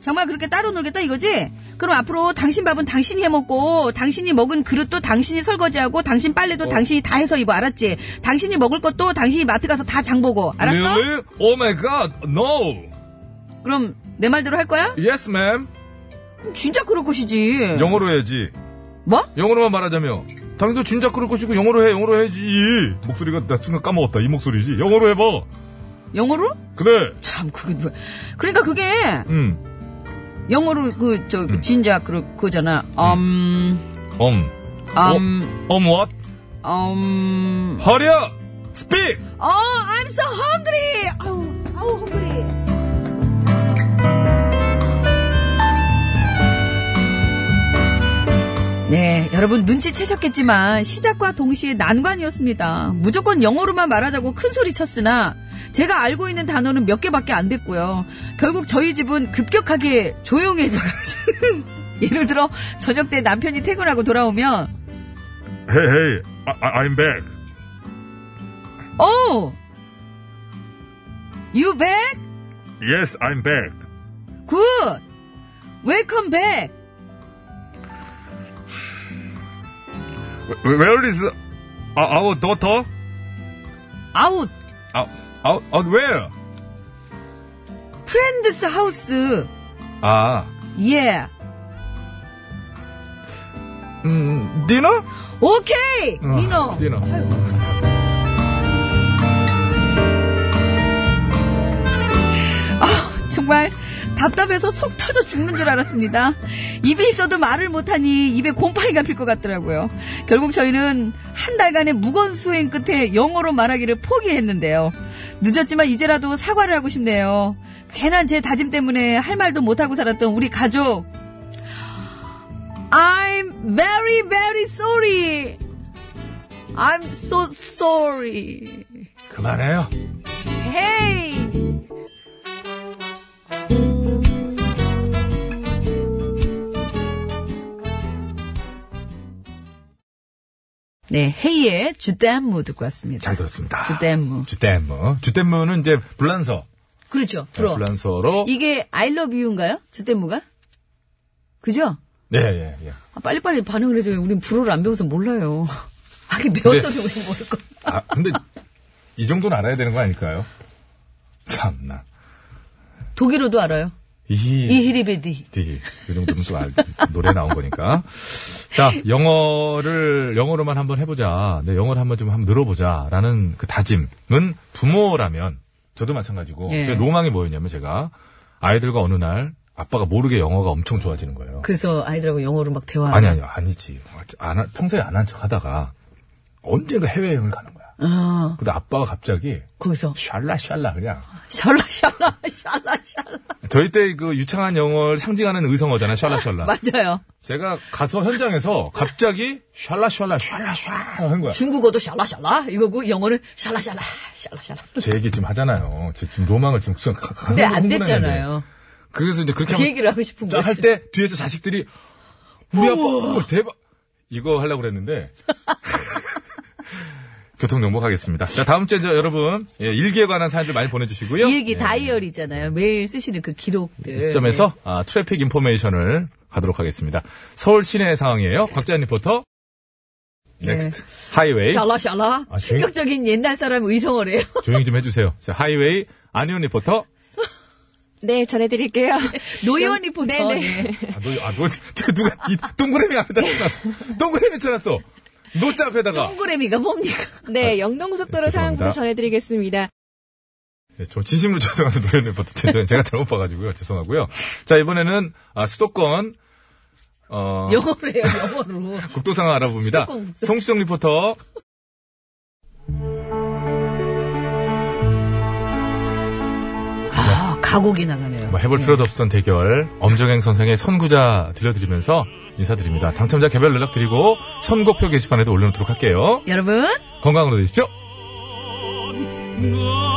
Speaker 2: 정말 그렇게 따로 놀겠다 이거지? 그럼 앞으로 당신 밥은 당신이 해먹고, 당신이 먹은 그릇도 당신이 설거지하고, 당신 빨래도
Speaker 1: 어.
Speaker 2: 당신이 다 해서 입어, 알았지? 당신이 먹을 것도 당신이 마트 가서 다 장보고, 알았어?
Speaker 1: Really? Oh my god. No.
Speaker 2: 그럼 내 말대로 할 거야?
Speaker 1: Yes, ma'am.
Speaker 2: 진짜 그럴 것이지.
Speaker 1: 영어로 해야지.
Speaker 2: 뭐?
Speaker 1: 영어로만 말하자며. 당신도 진작 그럴 것이고 영어로 해. 영어로 해야지. 목소리가 나 순간 까먹었다. 이 목소리지. 영어로 해봐.
Speaker 2: 영어로?
Speaker 1: 그래.
Speaker 2: 참, 그게 뭐야. 그러니까 그게,
Speaker 1: 음.
Speaker 2: 영어로 그, 저, 그 진작, 그, 그거잖아. 음,
Speaker 1: 엄. 어?
Speaker 2: 음,
Speaker 1: 엄 what?
Speaker 2: 음.
Speaker 1: 허려. Speak.
Speaker 2: 어, I'm so hungry. 아우, 아우, hungry. 네, 여러분 눈치채셨겠지만 시작과 동시에 난관이었습니다. 무조건 영어로만 말하자고 큰 소리 쳤으나 제가 알고 있는 단어는 몇 개밖에 안 됐고요. 결국 저희 집은 급격하게 조용해져 가지고 예를 들어 저녁 때 남편이 퇴근하고 돌아오면
Speaker 1: Hey, hey. I, I'm back.
Speaker 2: 오! "Oh, You back?
Speaker 1: Yes, I'm back.
Speaker 2: 굿! 웰컴 백!
Speaker 19: Where is
Speaker 1: uh,
Speaker 19: our daughter?
Speaker 2: 아웃
Speaker 19: Out, out, out where?
Speaker 2: 프렌드스 하우스
Speaker 1: Ah.
Speaker 19: 아,
Speaker 2: 예
Speaker 3: 음, 디너?
Speaker 2: 오케이 디너
Speaker 3: 디너.
Speaker 2: 아, 정말 답답해서 속 터져 죽는 줄 알았습니다. 입에 있어도 말을 못하니 입에 곰팡이가 필 것 같더라고요. 결국 저희는 한 달간의 무건 수행 끝에 영어로 말하기를 포기했는데요. 늦었지만 이제라도 사과를 하고 싶네요. 괜한 제 다짐 때문에 할 말도 못하고 살았던 우리 가족. I'm very very sorry. I'm so sorry.
Speaker 1: 그만해요.
Speaker 2: Hey. 네, 헤이의 주댐무 듣고 왔습니다.
Speaker 1: 잘 들었습니다.
Speaker 2: 주댐무.
Speaker 1: 주댐무. 주댐무는 이제 불란서.
Speaker 2: 그렇죠.
Speaker 1: 네,
Speaker 2: 불어.
Speaker 1: 불란서로.
Speaker 2: 이게 I love you인가요? 주댐무가? 그죠?
Speaker 1: 네, 예, 예.
Speaker 2: 아, 빨리빨리 반응을 해줘요. 우린 불어를 안 배워서 몰라요. 아, 그 배웠어도
Speaker 1: 근데-
Speaker 2: 우리 모를 거.
Speaker 1: 아, 근데 이 정도는 알아야 되는 거 아닐까요? 참나.
Speaker 2: 독일어도 알아요.
Speaker 1: 이,
Speaker 2: 이히리베디.
Speaker 1: 되게 그 정도는 또 알, 노래 나온 거니까. 자, 영어를 영어로만 한번 해보자. 네, 영어를 한번 좀 한번 늘어보자라는 그 다짐은 부모라면 저도 마찬가지고
Speaker 2: 예.
Speaker 1: 제 로망이 뭐였냐면 제가 아이들과 어느 날 아빠가 모르게 영어가 엄청 좋아지는 거예요.
Speaker 2: 그래서 아이들하고 네. 영어로 막 대화.
Speaker 1: 아니 아니 아니지. 안 하- 평소에 안 한 척하다가 언젠가 해외 여행을 가는 거야.
Speaker 2: 아,
Speaker 1: 근데 아빠가 갑자기
Speaker 2: 거기서
Speaker 1: 샬라 샬라 그냥
Speaker 2: 샬라 샬라 샬라 샬라.
Speaker 1: 저희 때 그 유창한 영어를 상징하는 의성어잖아요. 샬라 샬라.
Speaker 2: 맞아요.
Speaker 1: 제가 가서 현장에서 갑자기 샬라샬라 샬라샬라 한 거야.
Speaker 2: 중국어도 샬라 샬라 이거고 영어는 샬라 샬라 샬라 샬라.
Speaker 1: 제 얘기 지금 하잖아요. 제 지금 로망을 지금 가, 가,
Speaker 2: 근데
Speaker 1: 가서
Speaker 2: 안
Speaker 1: 흥분하는데.
Speaker 2: 됐잖아요.
Speaker 1: 그래서 이제 그렇게
Speaker 2: 그 얘기를 하고 싶은 거예요.
Speaker 1: 할 때 뒤에서 자식들이 우리 아빠 우와, 대박 이거 하려고 그랬는데 교통 정복하겠습니다. 자 다음 주에 저 여러분 예, 일기에 관한 사연들 많이 보내주시고요.
Speaker 2: 이 얘기
Speaker 1: 예,
Speaker 2: 다이어리 있잖아요. 매일 쓰시는 그 기록들.
Speaker 1: 이 시점에서 아, 트래픽 인포메이션을 가도록 하겠습니다. 서울 시내 상황이에요. 곽재현 리포터. 넥스트 하이웨이.
Speaker 2: 샬라 샬라.
Speaker 1: 아, 조용히-
Speaker 2: 네. 충격적인 옛날 사람 의성어래요.
Speaker 1: 조용히 좀 해주세요. 자, 하이웨이 안희원 리포터.
Speaker 20: 네, 전해드릴게요.
Speaker 2: 노희원 리포터.
Speaker 20: 네네.
Speaker 1: 아, 너, 아, 너, 저 누가 이 동그라미 앞에다 쳐놨어. 동그라미 쳐놨어. 노자 앞에다가.
Speaker 2: 동그라미가 뭡니까?
Speaker 20: 네, 영동고속도로 상황부터 전해드리겠습니다.
Speaker 1: 예, 저 진심으로 죄송한데 노현 리포터. 제- 제가 잘못 봐가지고요. 죄송하고요. 자, 이번에는 아, 수도권 어,
Speaker 2: 영어로 해요, 영어로.
Speaker 1: 국도 상황 알아봅니다.
Speaker 2: 수도권 국도.
Speaker 1: 송수정 리포터.
Speaker 2: 아, 가곡이 나가네요.
Speaker 1: 뭐 해볼 필요도 없었던 대결 엄정행 선생의 선구자 들려드리면서 인사드립니다. 당첨자 개별 연락 드리고 선곡표 게시판에도 올려놓도록 할게요.
Speaker 2: 여러분.
Speaker 1: 건강으로 되십시오.
Speaker 8: 너